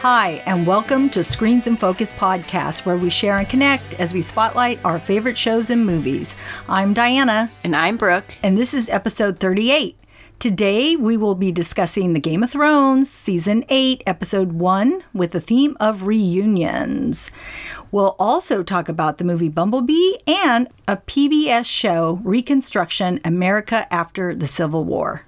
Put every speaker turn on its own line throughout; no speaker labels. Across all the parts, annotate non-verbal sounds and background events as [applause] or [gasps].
Hi, and welcome to Screens in Focus podcast, where we share and connect as we spotlight our favorite shows and movies. I'm Diana,
And I'm Brooke.
and this is episode 38. Today, we will be discussing the Game of Thrones season 8, episode 1, with the theme of reunions. We'll also talk about the movie Bumblebee and a PBS show, Reconstruction America After the Civil War.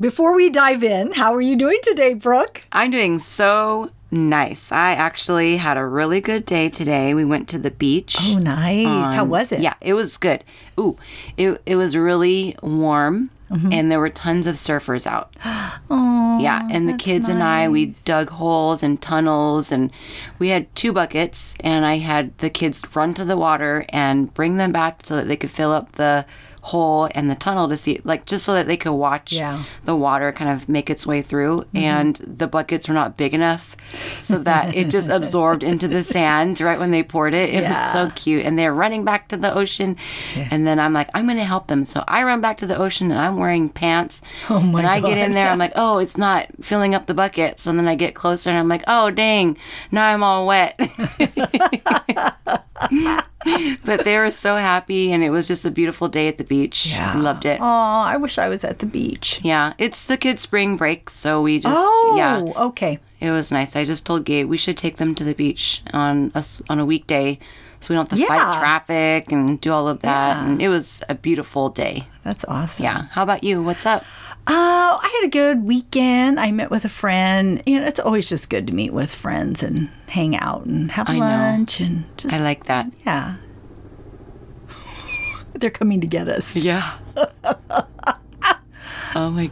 Before we dive in, how are you doing today, Brooke?
I'm doing so nice. I actually had a really good day today. We went to the beach. Um,
Oh, nice. How was it?
Yeah, it was good. Ooh, it, it was really warm.
Mm-hmm.
And there were tons of surfers out. yeah, and the kids and I, we dug holes and tunnels, and we had two buckets. And I had the kids run to the water and bring them back so that they could fill up the hole and the tunnel to see, like, just so that they could watch
Yeah.
the water kind of make its way through and the buckets were not big enough so that it just absorbed into the sand right when they poured it it was so cute and they're running back to the ocean and then i'm like i'm going to help them so i run back to the ocean and i'm wearing pants oh
my
when i get in there i'm like oh it's not filling up the bucket so then i get closer and i'm like oh dang now i'm all wet [laughs] but they were so happy and it was just a beautiful day at the beach loved it
Oh, I wish I was at the beach.
yeah, it's the kids' spring break, so we just
Oh,
yeah,
okay.
it was nice. I just told Gabe we should take them to the beach on a s- on a weekday, so we don't have to
Yeah.
fight traffic and do all of that. And it was a beautiful day.
That's awesome.
Yeah. How about you? What's up?
Oh, I had a good weekend. I met with a friend. You know, it's always just good to meet with friends and hang out and have lunch and just
I like that.
yeah. [laughs] They're coming to get us.
[laughs] Yeah. oh my god.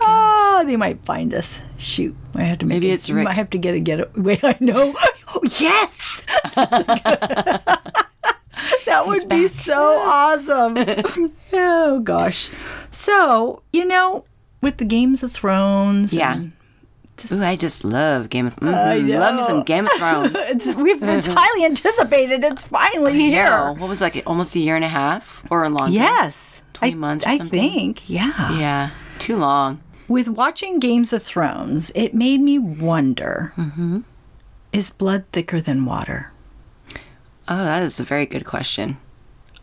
Oh, they might find us. Shoot, I have to make
Maybe
a-
it's Rick.
I have to get a getaway. [laughs] I know. Oh, yes. [laughs] that would be so
[laughs]
awesome. oh gosh. So you know, with the Games of Thrones,
Yeah.
and [laughs]
Ooh, I just love Game of Thrones. Love me some Game of Thrones.
it's we've
[laughs]
it's highly anticipated. It's finally [laughs] here.
Yeah. What was it, like almost a year and a half or longer?
Yes,
20
I,
months or
I
something?
think. Yeah.
Yeah. Too long.
With watching Games of Thrones, it made me wonder
Mm-hmm.
is blood thicker than water?
Oh, that is a very good question.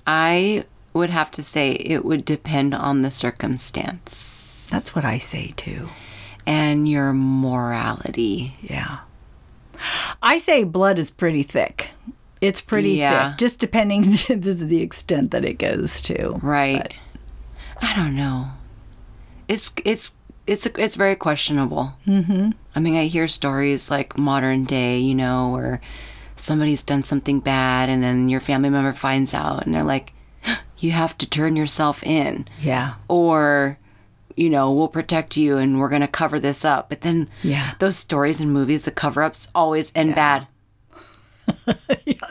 I would have to say it would depend on the circumstance
That's what I say too.
and your morality.
Yeah. I say blood is pretty thick. It's pretty
Yeah.
thick, just depending [laughs] to the- the extent that it goes to.
Right. I don't know. It's it's it's it's very questionable. Mm-hmm. I mean, I hear stories like modern day, you know, where somebody's done something bad, and then your family member finds out, and they're like, "You have to turn yourself in."
Yeah.
or you know we'll protect you and we're going to cover this up but then
Yeah.
those stories and movies the cover-ups always end bad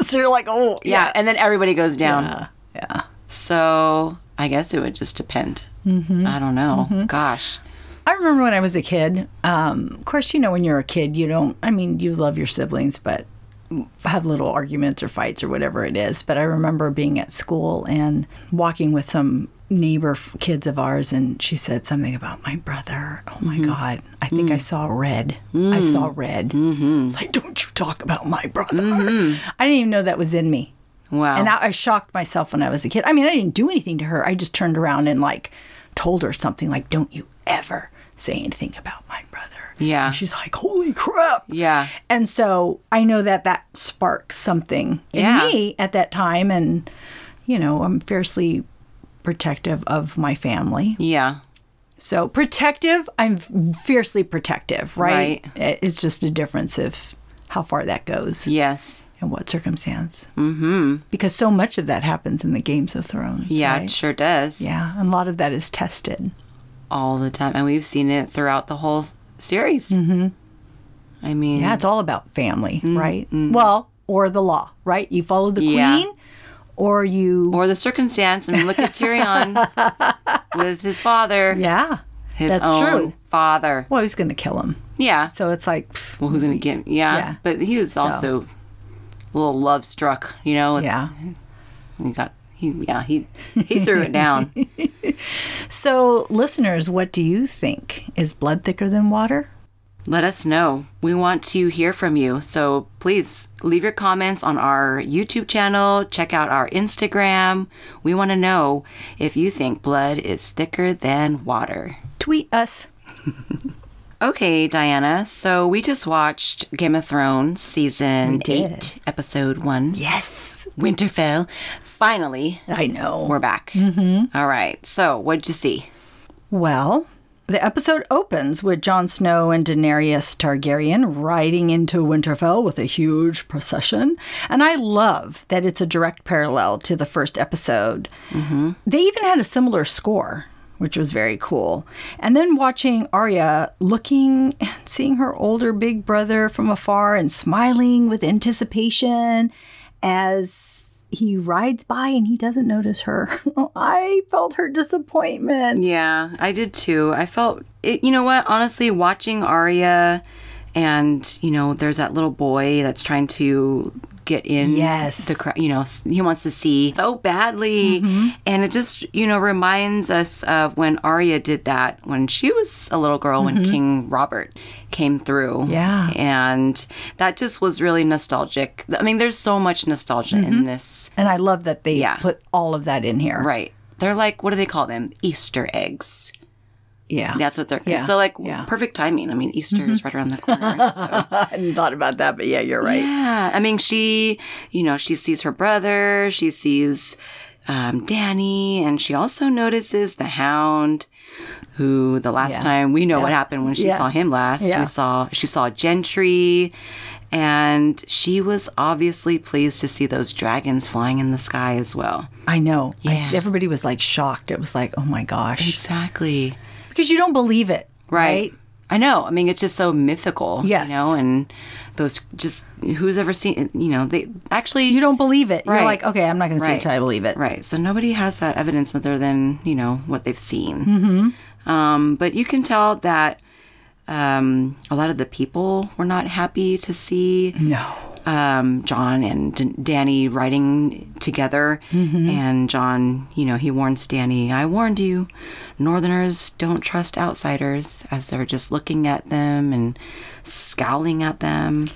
so you're like, oh,
yeah. and then everybody goes down
Yeah.
so i guess it would just depend mm-hmm. i don't know gosh
I remember when I was a kid. Um, of course, you know, when you're a kid, you don't, I mean, you love your siblings, but have little arguments or fights or whatever it is. But I remember being at school and walking with some neighbor f- kids of ours, and she said something about my brother. Oh my God. I think I saw red. I saw red. Mm-hmm. It's like, don't you talk about my brother. I didn't even know that was in me.
wow
And I, I shocked myself when I was a kid. I mean, I didn't do anything to her. I just turned around and like told her something like, "Don't you ever say anything about my brother."
Yeah.
And she's like, "Holy crap!"
yeah
And so I know that that sparked something
Yeah.
in me at that time, and you know, I'm fiercely protective of my family.
yeah
So protective, I'm fiercely protective, right?
Right.
It- It's just a difference of how far that goes
yes
in what circumstance? Mm-hmm. Because so much of that happens in the Games of Thrones.
yeah
right?
it sure does
yeah, and a lot of that is tested.
all the time and we've seen it throughout the whole s- series mm-hmm. i mean
Yeah, it's all about family,
Mm,
right? Well, or the law, right? You follow the
Yeah.
queen, or you,
or the circumstance and look at
[laughs]
tyrion with his father
yeah,
his
that's
own
true.
father
Well, he's going to kill him,
yeah
so it's like, pff,
well, who's gonna get Yeah,
Yeah.
but he was also a little love struck, you know.
yeah.
he got he yeah he he threw it down.
So, listeners, what do you think? Is blood thicker than water?
let us know. We want to hear from you. So please leave your comments on our YouTube channel, check out our Instagram. We want to know if you think blood is thicker than water.
Tweet us.
Okay, Diana. So we just watched Game of Thrones season
did.
8, episode 1.
Yes.
Winterfell. Finally,
I know.
we're back. Mm-hmm. right. So, what'd you see?
Well, the episode opens with Jon Snow and Daenerys Targaryen riding into Winterfell with a huge procession. And I love that it's a direct parallel to the first episode. They even had a similar score, which was very cool. And then watching Arya looking and seeing her older big brother from afar and smiling with anticipation as he rides by and he doesn't notice her. [laughs] I felt her disappointment.
Yeah, I did too. I felt it, you know what? Honestly, watching Arya and, you know, there's that little boy that's trying to get in
Yes.
the crowd, you know, s- he wants to see so badly.
Mm-hmm.
And it just, you know, reminds us of when Arya did that when she was a little girl when King Robert came through.
Mm-hmm. Yeah.
And that just was really nostalgic. I mean, there's so much nostalgia
Mm-hmm.
in this.
And I love that they
Yeah.
put all of that in here.
Right. They're like, what do they call them? Easter eggs.
Yeah.
That's what they're
Yeah,
so like
yeah. Mm-hmm.
perfect timing. I mean, Easter is right around the corner.
[laughs]
So.
I hadn't thought about that, but yeah, you're right.
yeah, I mean, she, you know, she sees her brother, she sees um, Danny, and she also notices the Hound, who the last
Yeah.
time we know what happened when she
Yeah.
saw him last,
Yeah.
we saw she saw Gentry, and she was obviously pleased to see those dragons flying in the sky as well.
[gasps] I know. I-
Yeah.
everybody was like shocked. It was like, oh my gosh.
Exactly.
Because you don't believe it.
right?
Right.
I know. I mean, it's just so mythical,
Yes.
you know, and those just who's ever seen, you know, they actually
You don't believe it.
Right.
You're like, okay, I'm not going to say
Right.
it till I believe it.
right. So nobody has that evidence other than you know what they've seen. Mm-hmm. Um, but you can tell that um, a lot of the people were not happy to see
No.
um, John and D- Danny riding together. And John, you know, he warns Danny, I warned you, Northerners don't trust outsiders as they're just looking at them and scowling at them.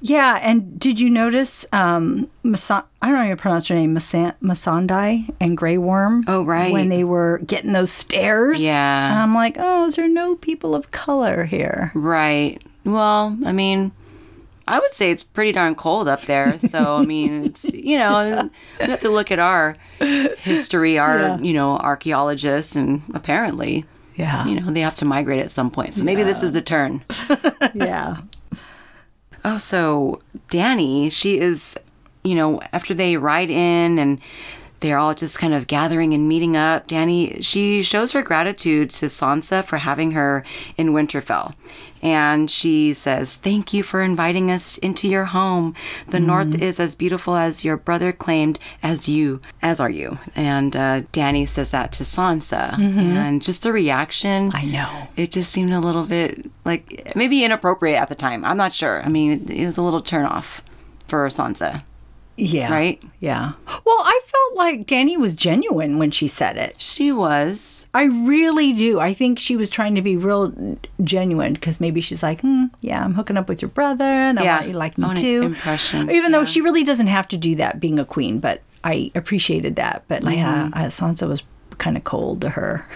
Yeah. And did you notice, um, Masa- I don't know how to pronounce her name, Masan- Masandai and Grey Worm?
Oh, right.
When they were getting those stairs.
Yeah.
And I'm like, oh, is there no people of color [laughs] here?
Right. Well, I mean, I would say it's pretty darn cold up there. [laughs] So, I mean, it's, you know, we have to look at our history, our,
Yeah.
you know, archaeologists, and apparently,
Yeah.
you know, they have to migrate at some point. So maybe this is the turn.
yeah.
Oh, so Danny, she is, you know, after they ride in and they're all just kind of gathering and meeting up, Danny, she shows her gratitude to Sansa for having her in Winterfell. And she says, Thank you for inviting us into your home. The North is as beautiful as your brother claimed, as you, as are you. And uh, Danny says that to Sansa. And just the reaction
[laughs] I know.
it just seemed a little bit like maybe inappropriate at the time. I'm not sure. I mean, it, it was a little turn off for Sansa,
Yeah.
right?
Yeah. Well, I felt like Danny was genuine when she said it.
She was.
I really do. I think she was trying to be real genuine because maybe she's like, hmm, yeah, I'm hooking up with your brother and I
Yeah.
want you to like me
Own it-
too.
impression.
Even though she really doesn't have to do that being a queen, but I appreciated that. But like, uh, uh, Sansa was kind of cold to her.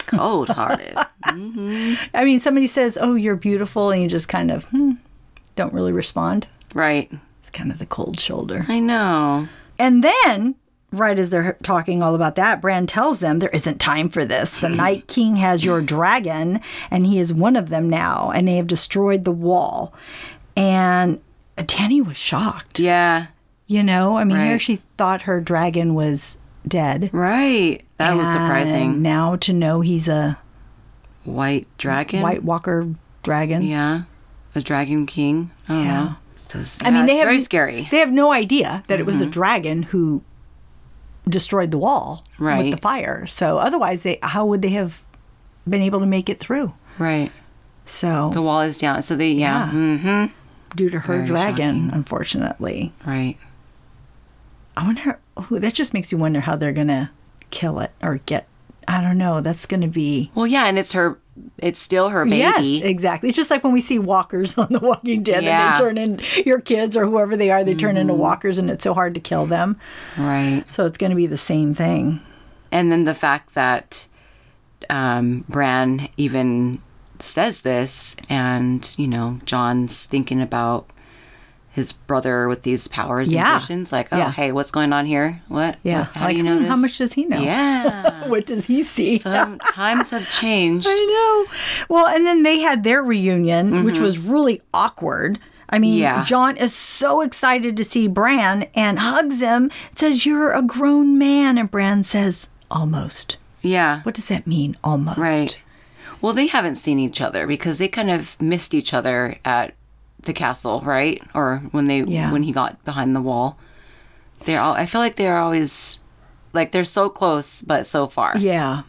[laughs]
Cold hearted.
I mean, somebody says, oh, you're beautiful, and you just kind of, hmm, don't really respond.
right.
It's kind of the cold shoulder.
I know.
And then, right as they're talking all about that, Bran tells them there isn't time for this.
[laughs]
The Night King has your dragon, and he is one of them now, and they have destroyed the wall. And Danny was shocked.
Yeah.
You know, I mean, here
Right.
she thought her dragon was dead.
Right. That was
And
surprising.
now to know he's a
White dragon.
White Walker dragon.
Yeah. A dragon king. I don't
Yeah.
know. Those,
I mean, they
Uh, it's
have
very scary. Mm-hmm.
They have no idea that it was the dragon who destroyed the wall with
Right.
the fire. So otherwise, they how would they have been able to make it through?
Right.
So
The wall is down. So they, yeah. Mm-hmm.
due to her
very
dragon,
shocking.
unfortunately,
Right.
I wonder. Oh, that just makes you wonder how they're gonna kill it or get. I don't know. That's gonna be
Well, yeah, and it's her it's still her baby.
Yes, exactly. It's just like when we see walkers [laughs] on The Walking Dead
Yeah.
and
Mm-hmm.
they turn in your kids or whoever they are, they turn into walkers and it's so hard to kill them.
Right.
So it's going to be the same thing.
And then the fact that um, Bran even says this, and you know, John's thinking about his brother with these powers
Yeah.
and visions. Like, oh,
Yeah.
hey, what's going on here? What?
Yeah.
What- How
Like,
do you know
hmm,
this?
How much does he know? [laughs]
Yeah.
What does he see?
Some times have changed.
I know. Well, and then they had their reunion, which was really awkward. I mean,
Mm-hmm. Yeah.
John is so excited to see Bran and hugs him, says, You're a grown man. And Bran says, Almost.
Yeah.
What does that mean, almost?
Right. Well, they haven't seen each other because they kind of missed each other at the castle, right? Or when they
Yeah.
when he got behind the wall. They're all I feel like they're always like they're so close but so far.
Yeah.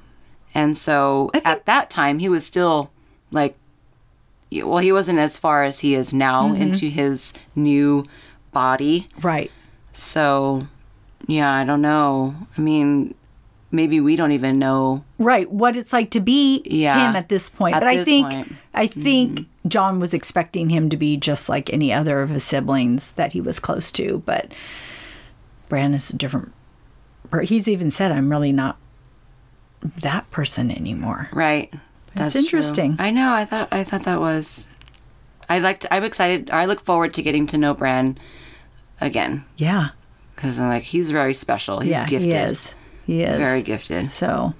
And so at that time he was still like well, he wasn't as far as he is now
Mm-hmm.
into his new body.
Right.
So yeah, I don't know. I mean, maybe we don't even know
Right. What it's like to be
Yeah.
him at this point.
At
but I
this
think
point. Mm-hmm.
I think John was expecting him to be just like any other of his siblings that he was close to, but Bran is a different per- he's even said I'm really not that person anymore.
Right.
That's
true.
interesting.
I know. I thought I thought that was. I liked. I'm excited. I look forward to getting to know Bran again
Yeah.
because I'm like he's very special. He's
yeah,
gifted.
he is. He is.
Very gifted.
So,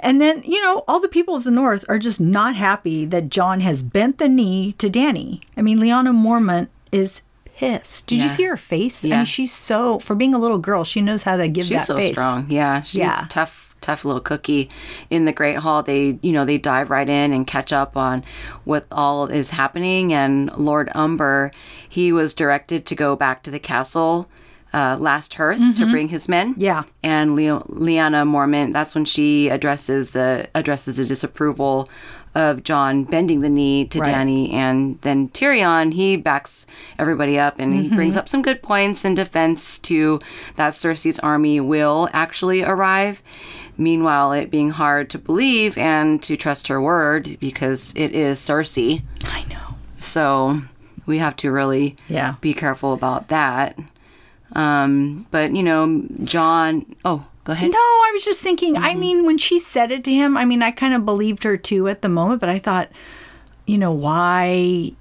and then, you know, all the people of the North are just not happy that John has bent the knee to Danny. I mean, Liana Mormont is pissed. Did
Yeah.
you see her face? I
Yeah.
mean, she's so, for being a little girl, she knows how to give
She's
that
so
face.
strong. Yeah. She's
Yeah.
tough, tough little cookie. In the Great Hall, they, you know, they dive right in and catch up on what all is happening. And Lord Umber, he was directed to go back to the castle. Uh, last hearth to
Mm-hmm.
bring his men.
Yeah.
and Leo, Liana Mormont. That's when she addresses the addresses the disapproval of John bending the knee to
Right.
Danny, and then Tyrion he backs everybody up and
Mm-hmm.
he brings up some good points in defense to that Cersei's army will actually arrive. Meanwhile, it being hard to believe and to trust her word because it is Cersei.
I know.
So we have to really
Yeah.
be careful about that. Um, but you know, John. Oh, go ahead.
No, I was just thinking,
Mm-hmm.
I mean, when she said it to him, I mean, I kind of believed her too at the moment, but I thought, you know, why?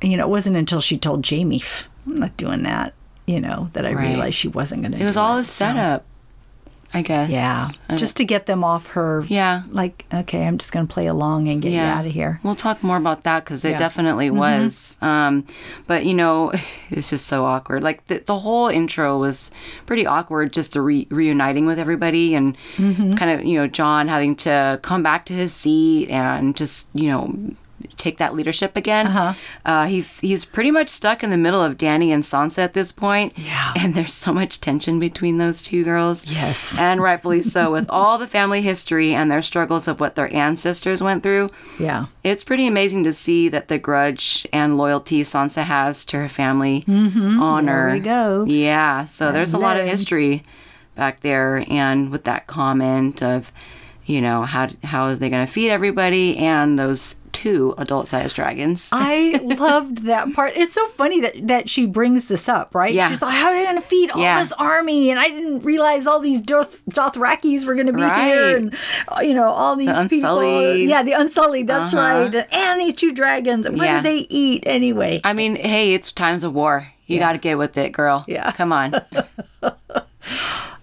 You know, it wasn't until she told Jamie, I'm not doing that, you know, that I
Right.
realized she wasn't going to
It was all a setup, I guess.
Yeah.
I don't-
Just to get them off her.
Yeah.
Like, okay, I'm just going to play along and get you out of here.
We'll talk more about that because it
Yeah. Mm-hmm.
definitely was. Um, but you know, [laughs] it's just so awkward. Like the, the whole intro was pretty awkward, just the re- reuniting with everybody and
Mm-hmm.
kind of you know John having to come back to his seat and just you know take that leadership again. Uh-huh. he he's pretty much stuck in the middle of Danny and Sansa at this point.
Yeah.
and there's so much tension between those two girls.
Yes.
and rightfully so,
[laughs]
with all the family history and their struggles of what their ancestors went through.
Yeah.
It's pretty amazing to see that the grudge and loyalty Sansa has to her family honor.
Mm-hmm. There we go.
Yeah, so there's a lot of
Hello.
history back there, and with that comment of, you know, how how is they going to feed everybody and those two adult-sized dragons?
[laughs] I loved that part. It's so funny that, that she brings this up, right?
Yeah.
She's like, how are they going to feed all
Yeah.
this army? And I didn't realize all these Doth- Dothrakis were going to be
Right.
here. And, uh, you know, all these people.
Unsullied.
Yeah, the Unsullied. That's
Uh-huh.
right. And these two dragons. What
Yeah.
do they eat anyway?
I mean, hey, it's times of war. You got to get with it, girl.
Yeah. [laughs]
come on.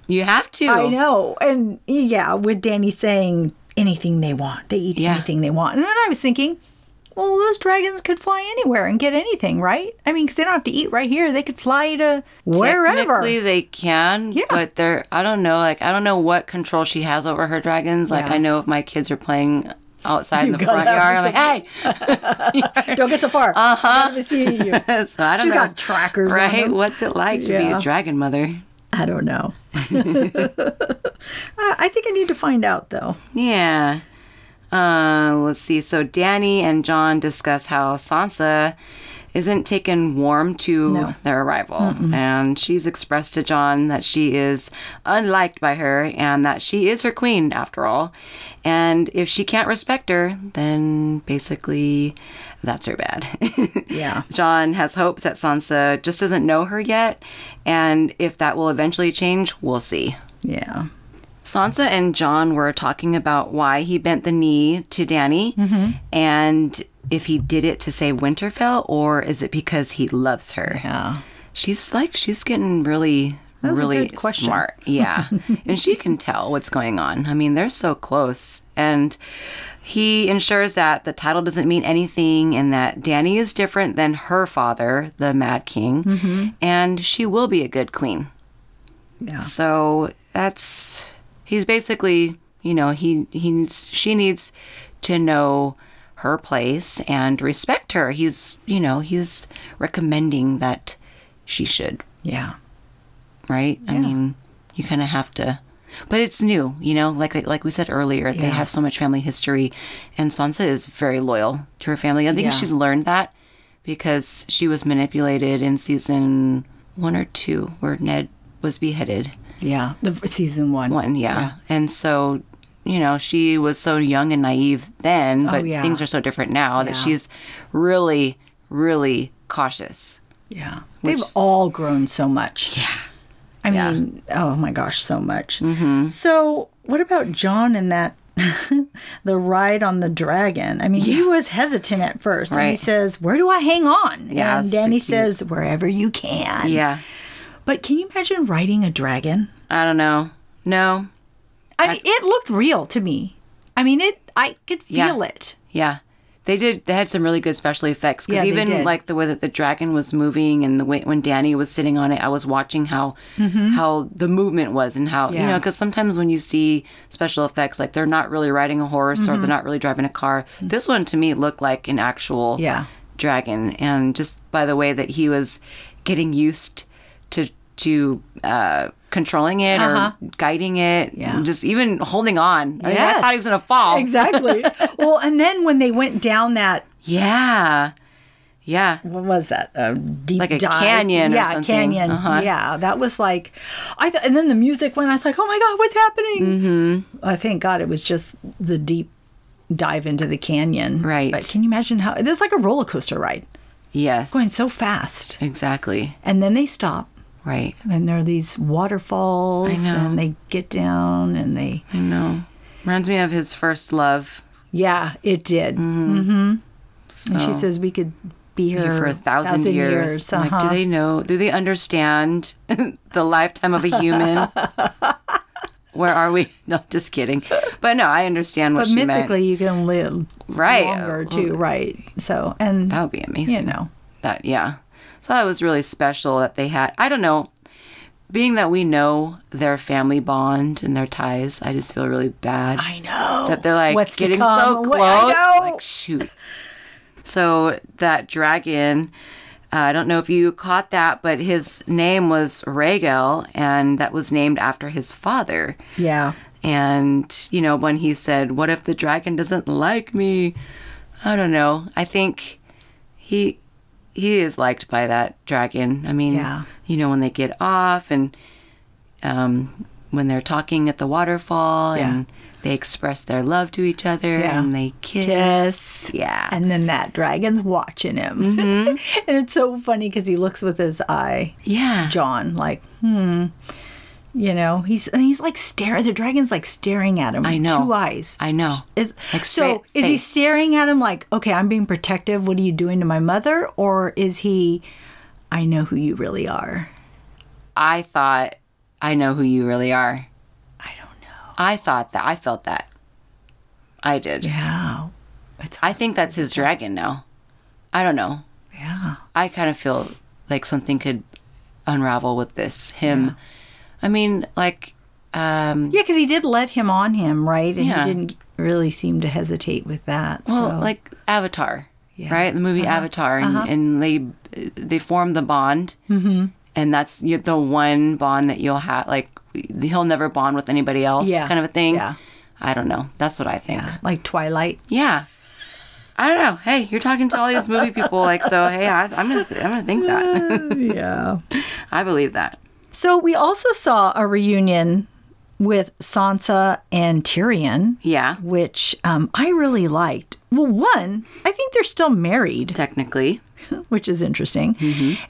you have to.
I know. And yeah, with Danny saying anything they want, they eat
Yeah.
anything they want. And then I was thinking, well, those dragons could fly anywhere and get anything, right? I mean, because they don't have to eat right here. They could fly to [laughs]
Technically,
wherever.
they can, but they're, I don't know, like, I don't know what control she has over her dragons. Like,
Yeah.
I know if my kids are playing outside in the
gotta
front
have
yard, I'm like,
Don't get so far. Uh
Uh-huh.
huh. you.
hey, [laughs] so I don't
She's
know.
got trackers. on
right?
them.
What's it like to be
Yeah.
a dragon mother?
I don't
[laughs]
know. I I think I need to find out, though.
Yeah. Uh, let's see. So Danny and John discuss how Sansa isn't taken warm to their arrival. And she's expressed to John that she is unliked by her and that she is her queen after all. And if she can't respect her, then basically that's her bad. [laughs]
Yeah.
John has hopes that Sansa just doesn't know her yet. And if that will eventually change, we'll see.
Yeah.
Sansa and John were talking about why he bent the knee to Danny
Mm-hmm.
and if he did it to save Winterfell or is it because he loves her.
Yeah.
She's like she's getting really
was a
really
good question.
smart.
[laughs]
Yeah. and she can tell what's going on. I mean, they're so close and he ensures that the title doesn't mean anything and that Danny is different than her father, the Mad King,
Mm-hmm.
and she will be a good queen.
Yeah.
So that's he's basically, you know, he he needs she needs to know her place and respect her. He's, you know, he's recommending that she should,
Yeah.
right? I mean, you kind of have to but it's new, you know, like like we said earlier, they have so much family history and Sansa is very loyal to her family. I think
Yeah.
she's learned that because she was manipulated in season 1 or 2 where Ned was beheaded
Yeah. The f- season one.
one, yeah. And so, you know, she was so young and naive then, but
yeah.
things are so different now that
Yeah.
she's really, really cautious.
Yeah. They've all grown so much. Yeah. I mean, oh my gosh, so much. Mm-hmm. So, what about John and that? [laughs] the ride on the dragon. I mean, he was hesitant at first. And he
Right.
says, Where do I hang on?
Yeah,
and
it's pretty
Danny
cute.
says, Wherever you can.
Yeah.
But can you imagine riding a dragon?
I don't know. No.
I mean, it looked real to me. I mean, it. I could
Yeah.
feel it.
Yeah. They did. They had some really good special effects because
Yeah, they
even
did.
like the way that the dragon was moving and the way when Danny was sitting on it, I was watching how how the movement was and how you
Mm-hmm. Yeah.
know because sometimes when you see special effects like they're not really riding a horse or
Mm-hmm.
they're not really driving a car. This one to me looked like an actual
Yeah.
dragon and just by the way that he was getting used to to uh, controlling it or guiding it,
Uh-huh. Yeah.
just even holding on. I, mean, I
Yes.
thought he was gonna fall.
Exactly.
[laughs]
well, and then when they went down that,
Yeah. Yeah.
what was that? A deep
Like a
dive?
canyon or
yeah,
something.
canyon.
Uh-huh.
Yeah, that was like, I thought. And then the music went. I was like, oh my god, what's happening? Mm-hmm. I thank God it was just the deep dive into the canyon.
Right.
But can you imagine how? It's like a roller coaster ride
Yes.
going so fast,
Exactly.
and then they stop.
Right.
And there are these waterfalls, and they get down, and they
I know. Reminds me of his first love.
Yeah, it did. And she
So,
says we could be here,
Mm, oh. here for a thousand, years. I'm Like, do
uh-huh.
they know? Do they understand [laughs] the lifetime of
[laughs]
a human? Where are we? No, just kidding. But no, I understand what
but
she
mythically,
meant.
you can live
Right.
longer
Well,
too, right? So, and
That would be amazing.
you know,
that yeah so that was really special that they had i don't know being that we know their family bond and their ties i just feel really bad
I know
that they're like
What's to
getting so
come?
close
What- I know.
like shoot so that dragon uh, i don't know if you caught that but his name was regel and that was named after his father
yeah,
and, you know, when he said, What if the dragon doesn't like me? I don't know. I think he he is liked by that dragon. I mean,
Yeah.
you know, when they get off and um, when they're talking at the waterfall
Yeah.
and they express their love to each other
Yeah.
and they kiss.
Kiss.
Yeah.
and then that dragon's watching him, [laughs] and it's so funny because he looks with his eye,
yeah.
John, like hmm. You know, he's and he's like staring. The dragon's like staring at him.
I
with
know.
Two eyes.
I know.
Is,
Like
so
straight
is he
face.
staring at him like, okay, I'm being protective. What are you doing to my mother? Or is he, I know who you really are.
I thought, I know who you really are.
I don't know.
I thought that. I felt that. I did.
Yeah, it's
I think that's his dragon now. I don't know.
yeah,
I kind of feel like something could unravel with this. Him. I mean, like, um,
yeah, because he did let him on him, right? And
Yeah.
he didn't really seem to hesitate with that.
well,
so.
like Avatar,
Yeah. Uh-huh.
right? The movie Avatar, and, and they they form the bond, mm-hmm. and that's you the one bond that you'll have. Like, he'll never bond with anybody else,
Yeah.
kind of a thing.
Yeah.
[laughs] I don't know. That's what I think.
like Twilight.
Yeah. I don't know. Hey, you're talking to all these movie people, like so. Hey, I, I'm gonna, I'm gonna
[laughs]
think that.
yeah.
I believe that.
So we also saw a reunion with Sansa and Tyrion,
Yeah,
which um, I really liked. Well, one, I think they're still married,
technically.
which is interesting.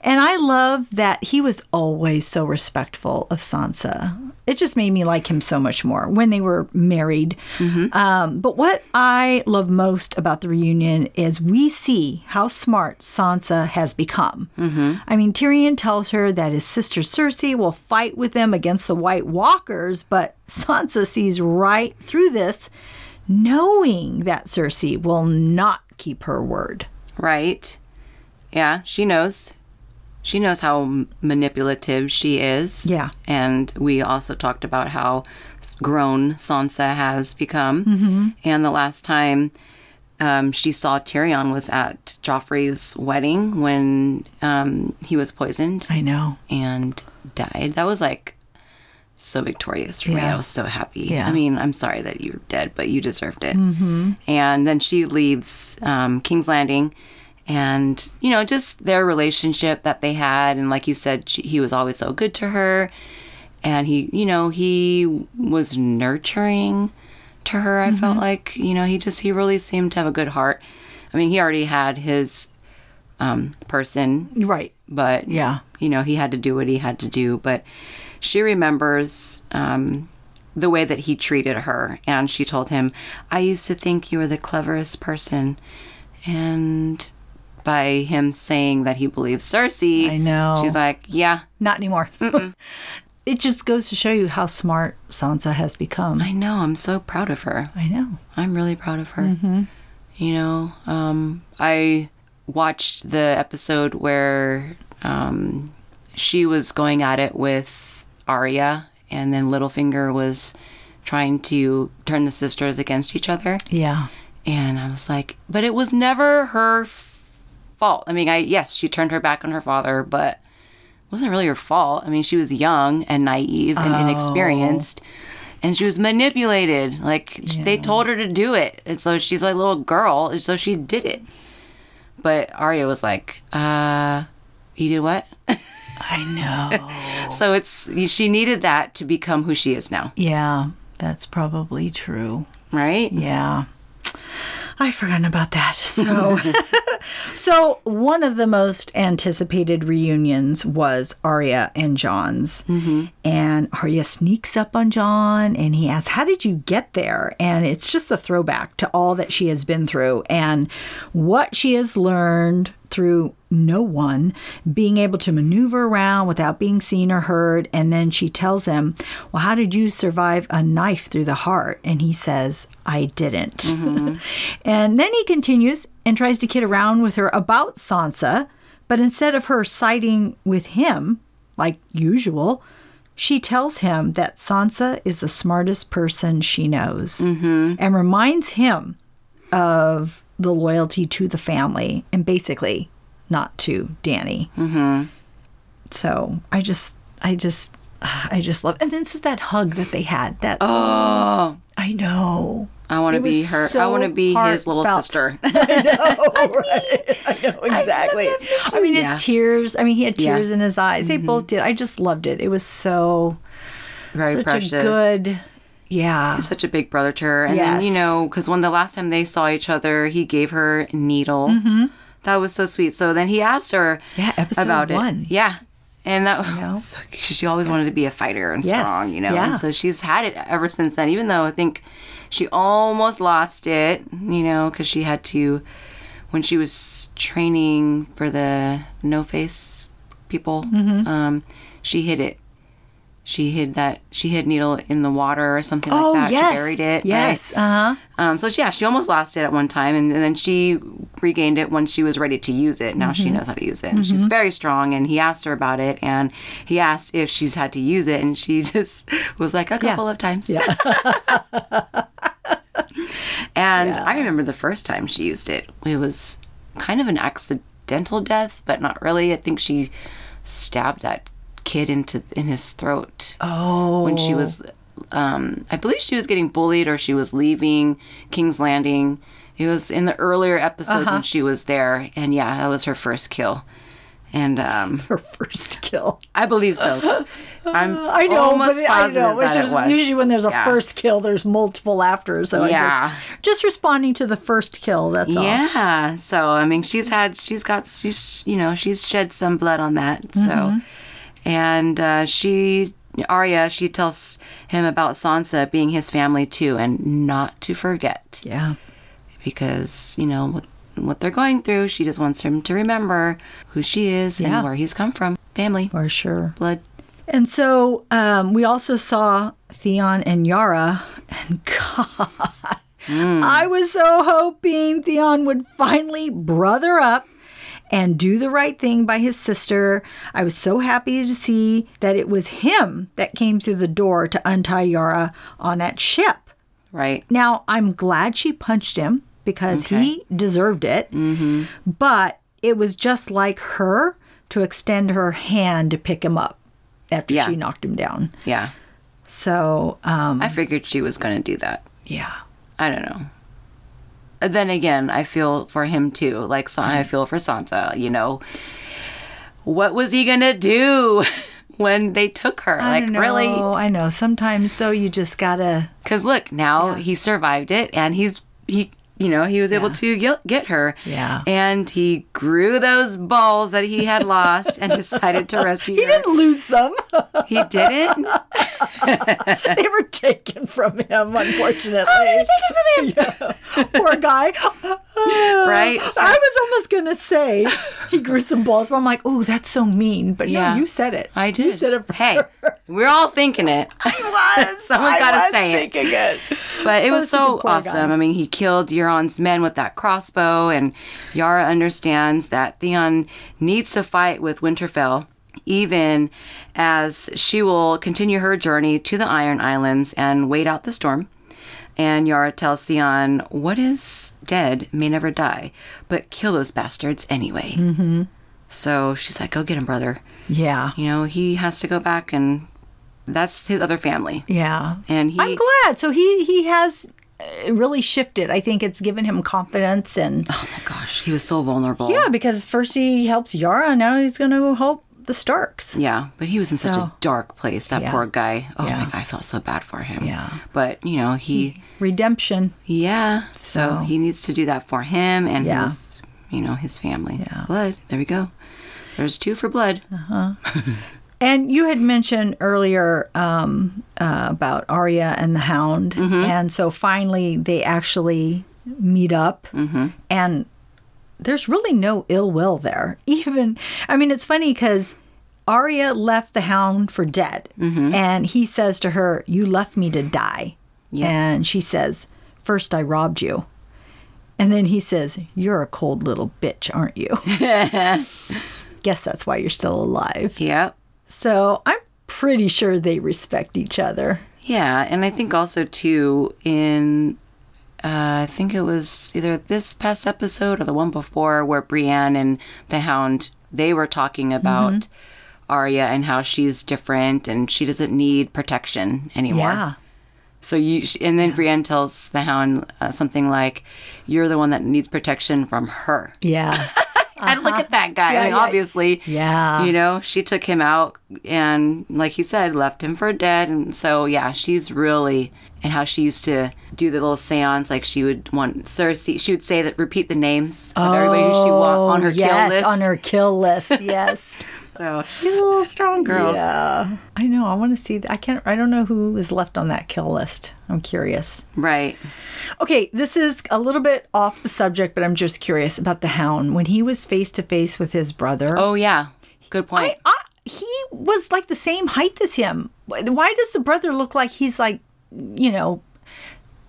And I love that he was always so respectful of Sansa. It just made me like him so much more when they were married. Um, but what I love most about the reunion is we see how smart Sansa has become. I mean, Tyrion tells her that his sister Cersei will fight with them against the White Walkers, but Sansa sees right through this, knowing that Cersei will not keep her word.
Right. Yeah, she knows. She knows how m- manipulative she is.
Yeah.
And we also talked about how grown Sansa has become. Mm-hmm. And the last time um, she saw Tyrion was at Joffrey's wedding when um, he was poisoned
I know.
and died. That was like so victorious for me.
Yeah.
I was so happy.
Yeah.
I mean, I'm sorry that you're dead, but you deserved it. Mm-hmm. And then she leaves um, King's Landing, and you know, just their relationship that they had, and like you said, she, he was always so good to her, and he, you know, he was nurturing to her. I
Mm-hmm.
felt like, you know, he just he really seemed to have a good heart. I mean, he already had his um, person
Right.
but
Yeah.
you know he had to do what he had to do but she remembers um, the way that he treated her and she told him i used to think you were the cleverest person and by him saying that he believes cersei
I know.
she's like yeah
Not anymore. [laughs] it just goes to show you how smart Sansa has become.
i know i'm so proud of her
I know.
I'm really proud of her. You know, um, I watched the episode where um, she was going at it with Arya, and then Littlefinger was trying to turn the sisters against each other.
Yeah.
And I was like, but it was never her f- fault. I mean, I yes, she turned her back on her father, but it wasn't really her fault. I mean, she was young and naive
Oh.
and inexperienced. And she was manipulated. Like sh- they told her to do it. And so she's like a little girl, and so she did it. But Arya was like, uh, you did what? [laughs]
I know.
so it's she needed that to become who she is now,
[laughs] yeah. That's probably true.
right?
Yeah. I forgotten about that. So [laughs] So one of the most anticipated reunions was Arya and John's. And Arya sneaks up on John and he asks, How did you get there? And it's just a throwback to all that she has been through and what she has learned through no one being able to maneuver around without being seen or heard. And then she tells him, Well, how did you survive a knife through the heart? And he says, I didn't. [laughs] and then he continues and tries to kid around with her about Sansa, but instead of her siding with him, like usual, she tells him that Sansa is the smartest person she knows and reminds him of the loyalty to the family and basically not to Danny. Mm-hmm. So I just, I just, I just love, and then it's just that hug that they had. That oh, I [laughs] know.
I want to
It was
be her. I
so
want to be his little
heartfelt.
sister.
I know Oh, exactly. I, mean, his
Yeah.
tears. I mean, he had
Yeah.
tears in his eyes. They both did. I just loved it. It was so
Very
such
precious.
a good. Yeah.
such a big brother to her. And then, you
Yes.
know, because when the last time they saw each other, he gave her a needle. Mm-hmm. That was so sweet. So then he asked her
Yeah, episode
about
one.
it. Yeah. And that [laughs] was, she always wanted to be a fighter and
Yes,
strong, you know.
yeah.
And so she's had it ever since then, even though I think she almost lost it, you know, because she had to, when she was training for the no face people,
Mm-hmm.
um, she hid it. She hid that, she hid needle in the water or something
Oh
like that.
yes.
She buried it.
Yes.
Right?
Uh huh.
Um, so she, yeah, she almost lost it at one time, and, and then she regained it when she was ready to use it. Now
Mm-hmm.
she knows how to use it, and she's very strong. And he asked her about it, and he asked if she's had to use it, and she [laughs] just was like a couple of times.
Yeah.
[laughs] And I remember the first time she used it. It was kind of an accidental death, but not really. I think she stabbed that kid into in his throat.
Oh. [laughs]
when she was um, i believe she was getting bullied or she was leaving king's landing It was in the earlier episodes
Uh-huh.
when she was there, and yeah, that was her first kill. And um,
Her first kill.
I
[laughs]
believe so. I'm
I know,
almost
but I
positive
know. It's
that
just
it was.
usually when there's a
Yeah.
first kill, there's multiple after. So
Yeah.
I just, just responding to the first kill. That's all.
Yeah. So I mean, she's had, she's got, she's, you know, she's shed some blood on that.
Mm-hmm.
So, and uh, she, Arya, she tells him about Sansa being his family too, and not to forget
Yeah.
because you know what, what they're going through. She just wants him to remember who she is
Yeah.
and where he's come from, family,
For sure.
blood.
And so um, we also saw Theon and Yara, and [laughs] God,
Hmm.
I was so hoping Theon would finally brother up and do the right thing by his sister. I was so happy to see that it was him that came through the door to untie Yara on that ship.
Right.
Now, I'm glad she punched him because he deserved it.
Mm-hmm.
But it was just like her to extend her hand to pick him up after
Yeah.
she knocked him down.
Yeah.
So, um,
I figured she was going to do that.
yeah.
I don't know. And Then again, I feel for him too. Like Sa- I feel for Sansa. You know, what was he gonna do [laughs] when they took her?
I
like
know,
really?
I know. Sometimes, though, you just gotta.
Because look, now he survived it, and he's he. You know, he was able to get, get her.
Yeah.
And he grew those balls that he had lost and decided
[laughs]
to rescue her.
lose them.
[laughs]
[laughs]
He didn't?
they were taken from him, unfortunately. Oh, they were taken from him.
[laughs]
Poor guy. Uh,
Right?
I was almost gonna say he grew some balls, but I'm like, oh, that's so mean. But
Yeah.
no, you said it.
I did.
You said it.
hey, we're all
[laughs]
thinking it. [laughs]
was. [laughs]
Someone's
I
gotta
was
say it.
thinking it.
But it was
Poor
so
stupid poor
awesome.
guy.
I mean, he killed Euron's men with that crossbow, and Yara understands that Theon needs to fight with Winterfell, even as she will continue her journey to the Iron Islands and wait out the storm. And Yara tells Theon, What is dead may never die, but kill those bastards anyway. Mm-hmm. So she's like, Go get him, brother.
Yeah.
You know, he has to go back, and that's his other family.
Yeah.
And he.
I'm glad. So he he has uh, really shifted. I think it's given him confidence and
Oh my gosh, he was so vulnerable.
yeah, because first he helps Yara, now he's gonna help the Starks.
Yeah, but he was in such
So-
a dark place. That
Yeah.
poor guy. Oh
Yeah.
my god, I felt so bad for him.
Yeah.
But you know he,
Redemption.
yeah. So,
So-
he needs to do that for him and
Yeah.
his, you know, his family.
Yeah.
Blood. There we go. There's two for blood.
And you had mentioned earlier um, uh, about Arya and the Hound, and so finally they actually meet up, and there's really no ill will there. [laughs] Even, I mean, it's funny because Arya left the Hound for dead, and he says to her, "You left me to die,"
Yeah.
and she says, first I robbed you." And then he says, You're a cold little bitch, aren't you? Guess that's why you're still alive.
Yep.
So I'm pretty sure they respect each other.
Yeah, and I think also too in uh, I think it was either this past episode or the one before where Brienne and the Hound they were talking
Mm-hmm.
about Arya and how she's different and she doesn't need protection anymore. So you sh- and then Brienne tells the Hound uh, something like, "You're the one that needs protection from her." [laughs]
Yeah.
And look at that
Uh-huh.
guy.
Yeah,
I mean,
yeah.
obviously,
Yeah.
you know, she took him out and, like he said, left him for dead. And so, yeah, she's really, and how she used to do the little seance, like she would want Cersei, she would say that, repeat the names of everybody who she want on her
Oh, yes,
kill list.
On her kill
[laughs]
list, yes.
so she's a little strong girl.
yeah. I know. I want to see. th- I can't. I don't know who is left on that kill list. I'm curious.
Right.
Okay, this is a little bit off the subject, but I'm just curious about the hound. When he was face to face with his brother,
Oh, yeah. Good point.
I, I, he was like the same height as him. Why does the brother look like he's like, you know,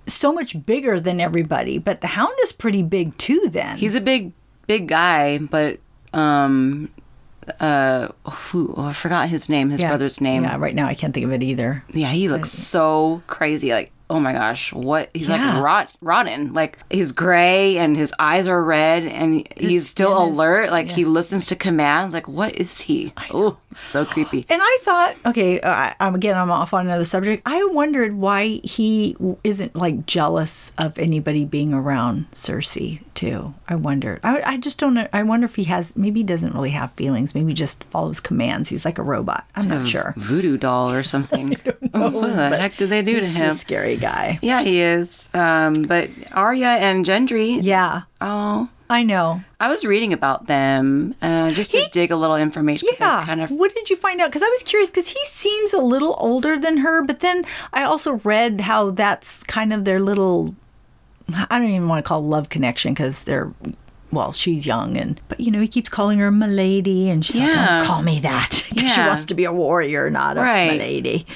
so much bigger than everybody? But the hound is pretty big too. Then
He's a big, big guy, but, um, uh, phew, oh, I forgot his name, his brother's name.
Yeah, right now I can't think of it either.
Yeah, he looks so crazy. Like oh my gosh, what? He's
Yeah.
like rot, rotten. Like he's gray and his eyes are red and he's still
skin is-
alert. Like he listens to commands. Like what is he? Oh, so creepy.
And I thought, okay, uh, I'm again, I'm off on another subject. I wondered why he w- isn't like jealous of anybody being around Cersei too. I wondered. I, I just don't know. I wonder if he has. Maybe he doesn't really have feelings. Maybe he just follows commands. He's like a robot. I'm not sure.
Voodoo doll or something.
[laughs]
what the heck did they do to
He's a
him?
scary guy.
Yeah, he is. Um, but Arya and Gendry.
Yeah,
Oh,
I know.
I was reading about them uh, just to dig a little information. 'cause I
Yeah.
Kind of.
What did you find out? Because I was curious because he seems a little older than her, but then I also read how that's kind of their little. I don't even want to call it love connection because they're. Well, she's young, and but you know he keeps calling her "milady," and she's like,
Yeah.
"Don't call me that." [laughs] 'Cause she
Yeah.
wants to be a warrior, not a
Right.
milady.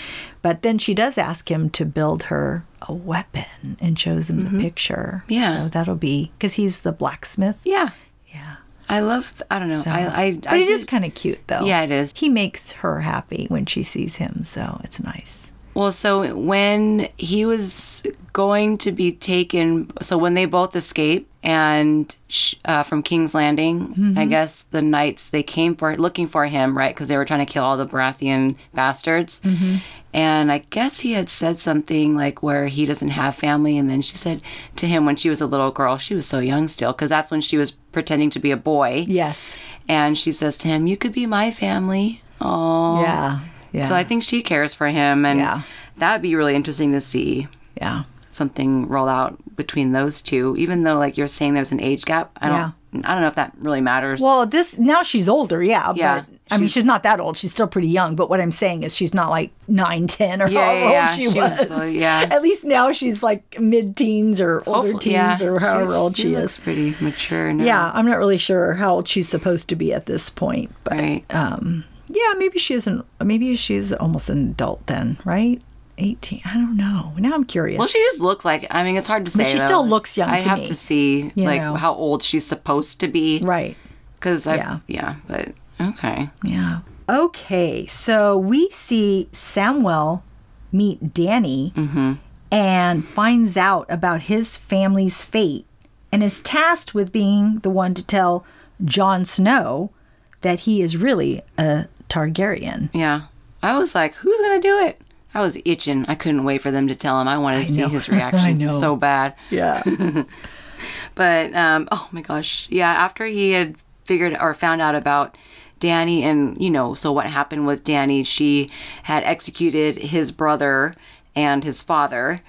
But then she does ask him to build her a weapon and shows him the picture.
Mm-hmm. Yeah.
so that'll be because he's the blacksmith.
Yeah.
Yeah,
I love. I don't know. I. I.
but
I
it is
did-
kind of cute, though.
Yeah, it is.
He makes her happy when she sees him, so it's nice.
Well, so when he was going to be taken, so when they both escape and sh- uh, from King's Landing, I guess the knights they came for looking for him, right? Because they were trying to kill all the Baratheon bastards. And I guess he had said something like where he doesn't have family, and then she said to him when she was a little girl, she was so young still, because that's when she was pretending to be a boy.
Yes.
And she says to him, "You could be my family." Oh,
Yeah. Yeah.
so I think she cares for him, and
Yeah.
that'd be really interesting to see
yeah.
something roll out between those two. Even though, like you're saying, there's an age gap. I don't, I don't know if that really matters.
Well, this now she's older, yeah.
Yeah,
But, I mean,
she's-
she's not that old. She's still pretty young. But what I'm saying is, she's not like nine, ten, or
Yeah,
how
yeah,
old
yeah.
she,
She
was.
was, uh, yeah.
At least now she's like mid-teens or older
Hopefully-
teens or however
she,
old she,
looks
is.
Pretty mature now.
Yeah, I'm not really sure how old she's supposed to be at this point, but
Right.
Um, yeah, maybe she isn't. Maybe she's almost an adult then, right? 18. I don't know. Now I'm curious.
well, she just looks like. I mean, it's hard to say.
she
though.
still looks young
I
to
have
me,
to see
you
like
know.
how old she's supposed to be.
right.
Because I.
Yeah.
Yeah. Yeah. But okay.
Yeah. Okay, so we see Samuel meet Danny and finds out about his family's fate and is tasked with being the one to tell Jon Snow that he is really a Targaryen.
Yeah. I was like, who's going to do it? I was itching. I couldn't wait for them to tell him. I wanted to see
know. [laughs]
his
I
reaction
know.
so bad.
Yeah.
But um, oh my gosh, yeah. After he had figured or found out about Danny, and you know, so what happened with Danny? She had executed his brother and his father,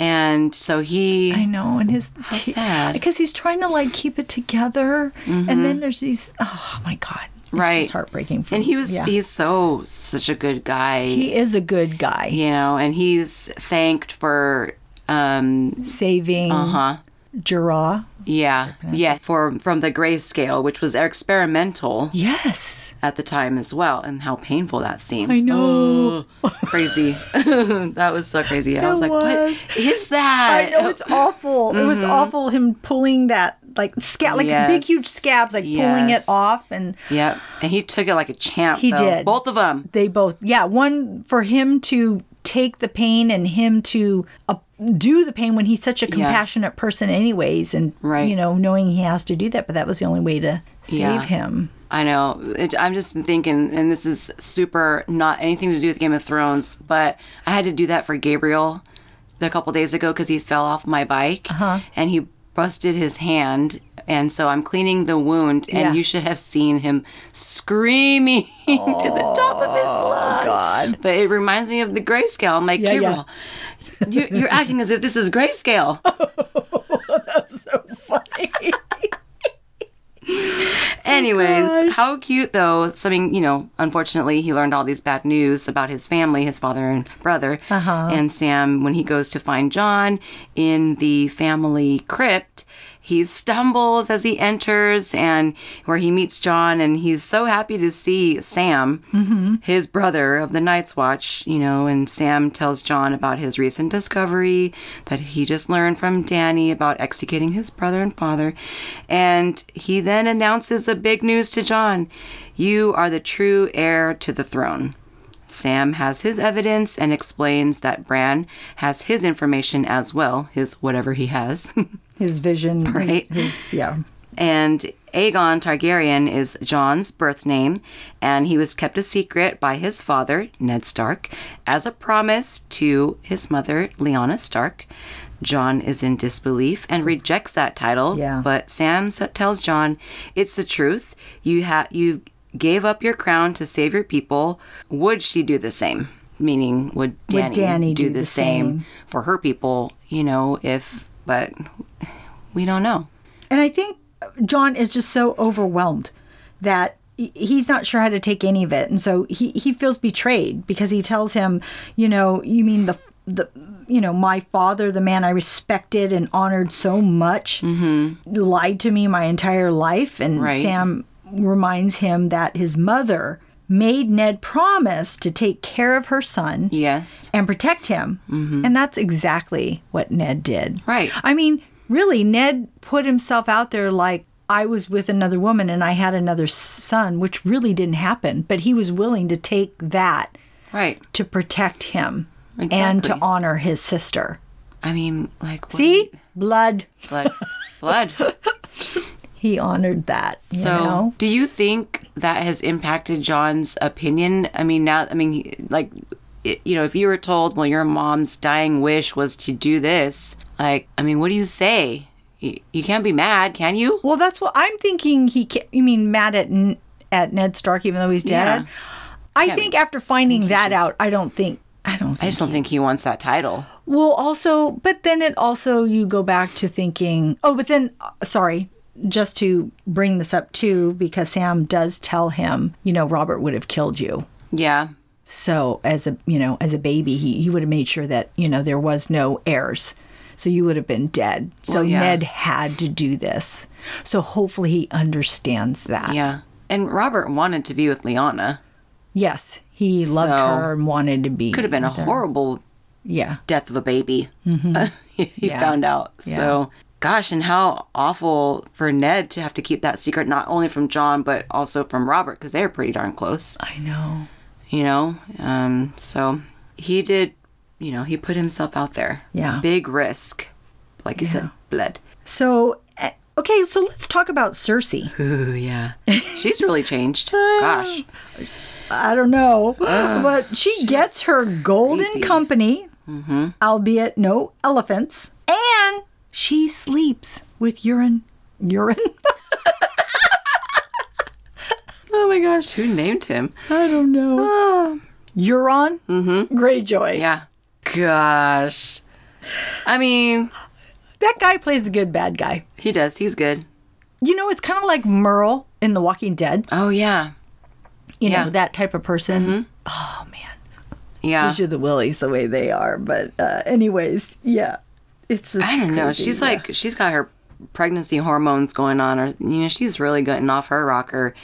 and so he.
I know, and his
sad. Mm-hmm.
because he's trying to like keep it together, and then there's these. Oh my god, it's
Right.
just heartbreaking. For
and he
me.
was
Yeah.
he's so such a good guy,
he is a good guy,
you know, and he's thanked for um
saving
uh-huh.
Jirah.
Yeah. Yeah, for from the grayscale, which was experimental
Yes,
at the time as well, and how painful that seemed.
I know.
crazy. [laughs] that was so crazy. I was like,
was.
what is that?
I know it's
oh.
awful. It
Mm-hmm.
was awful him pulling that like scab, like his big
Yes.
huge scabs, like pulling it
Yes.
off, and
Yep. And he took it like a champ.
He
though.
did.
Both of them.
they both. Yeah, one for him to take the pain and him to uh, do the pain when he's such a compassionate person, anyways, and
Right.
you know knowing he has to do that, but that was the only way to save
Yeah.
him.
I know. It, I'm just thinking, and this is super not anything to do with Game of Thrones, but I had to do that for Gabriel a couple days ago because he fell off my bike
Uh-huh.
and he busted his hand. And so I'm cleaning the wound, and
Yeah.
you should have seen him screaming [laughs] to the top of his
[laughs]
lungs.
God.
But it reminds me of the grayscale. I'm like,
Yeah, yeah. Oh
Gabriel, You, you're acting as if this
[laughs]
is grayscale.
So funny.
Anyways,
gosh.
how cute though. So, I mean, you know, unfortunately, he learned all these bad news about his family, his father and brother.
Uh-huh.
And Sam, when he goes to find John in the family crypt, he stumbles as he enters and where he meets John, and he's so happy to see Sam,
Mm-hmm.
his brother of the Night's Watch, you know. And Sam tells John about his recent discovery that he just learned from Danny about executing his brother and father. And he then announces the big news to John You are the true heir to the throne. Sam has his evidence and explains that Bran has his information as well, his whatever he has. [laughs]
His vision, his-
Right.
his- yeah,
and Aegon Targaryen is John's birth name, and he was kept a secret by his father, Ned Stark, as a promise to his mother, Lyanna Stark. John is in disbelief and rejects that title,
Yeah.
but Sam s- tells John, "It's the truth. You ha- you gave up your crown to save your people. Would she do the same?" Meaning, would Danny,
Dany
do, the, same for her people? You know, if but we don't know.
and I think John is just so overwhelmed that he- he's not sure how to take any of it, and so he he feels betrayed because he tells him, you know, you mean the the you know my father, the man I respected and honored so much, lied to me my entire life, and
Right.
Sam reminds him that his mother made Ned promise to take care of her son
Yes.
and protect him. And that's exactly what Ned did.
Right.
I mean, really, Ned put himself out there like I was with another woman and I had another son, which really didn't happen, but he was willing to take that
Right.
to protect him and to
Exactly.
honor his sister.
I mean, like what-
See? Blood.
[laughs] blood, blood.
He honored that. You
So,
know?
do you think that has impacted John's opinion? I mean, now, I mean, he- like, it, you know, if you were told, well, your mom's dying wish was to do this, like, I mean, what do you say? You, you can't be mad, can you?
Well, that's what I'm thinking. He, ca- you mean mad at N- at Ned Stark, even though he's dead.
Yeah.
I think after finding that out, I don't think I don't. Think
I just don't think he wants that title.
Well, also, but then it also, you go back to thinking, oh, but then, uh, sorry, just to bring this up too, because Sam does tell him, you know, Robert would have killed you.
Yeah.
So as a, you know, as a baby, he, he would have made sure that, you know, there was no heirs. So you would have been dead. So
Well, yeah.
Ned had to do this. So hopefully he understands that.
Yeah. And Robert wanted to be with Liana.
Yes, he loved
So-
her and wanted to be.
Could have been a
with her.
horrible
Yeah.
death of a baby. [laughs] he found out.
Mm-hmm. Yeah.
So, gosh, and how awful for Ned to have to keep that secret, not only from John, but also from Robert, because they were pretty darn close,
I know.
you know? Um, so, he did, you know, he put himself out there.
Yeah.
Big risk. Like you said, blood.
So, eh, okay, so let's talk about Cersei.
Ooh, yeah. She's
[laughs]
really changed.
Oh.
Gosh.
I don't know, but she gets her golden
Ah, creepy. Mm-hmm.
company, albeit no elephants, and she sleeps with urine. Urine? [laughs]
Oh my gosh. Who
[sighs]
named him?
I don't know.
Oh,
Euron? Mm-hmm. Greyjoy.
yeah. Gosh. I mean,
That guy plays a good bad guy.
he does. He's good.
You know, it's kind of like Merle in The Walking Dead.
Oh, yeah.
You
Yeah. Mm-hmm.
know, that type of person. Oh, man.
Yeah.
Gives you the willies the way they are. But, uh, anyways, yeah. It's just.
I don't know.
crazy.
She's like she's got her pregnancy hormones going on, or you know, she's really getting off her rocker.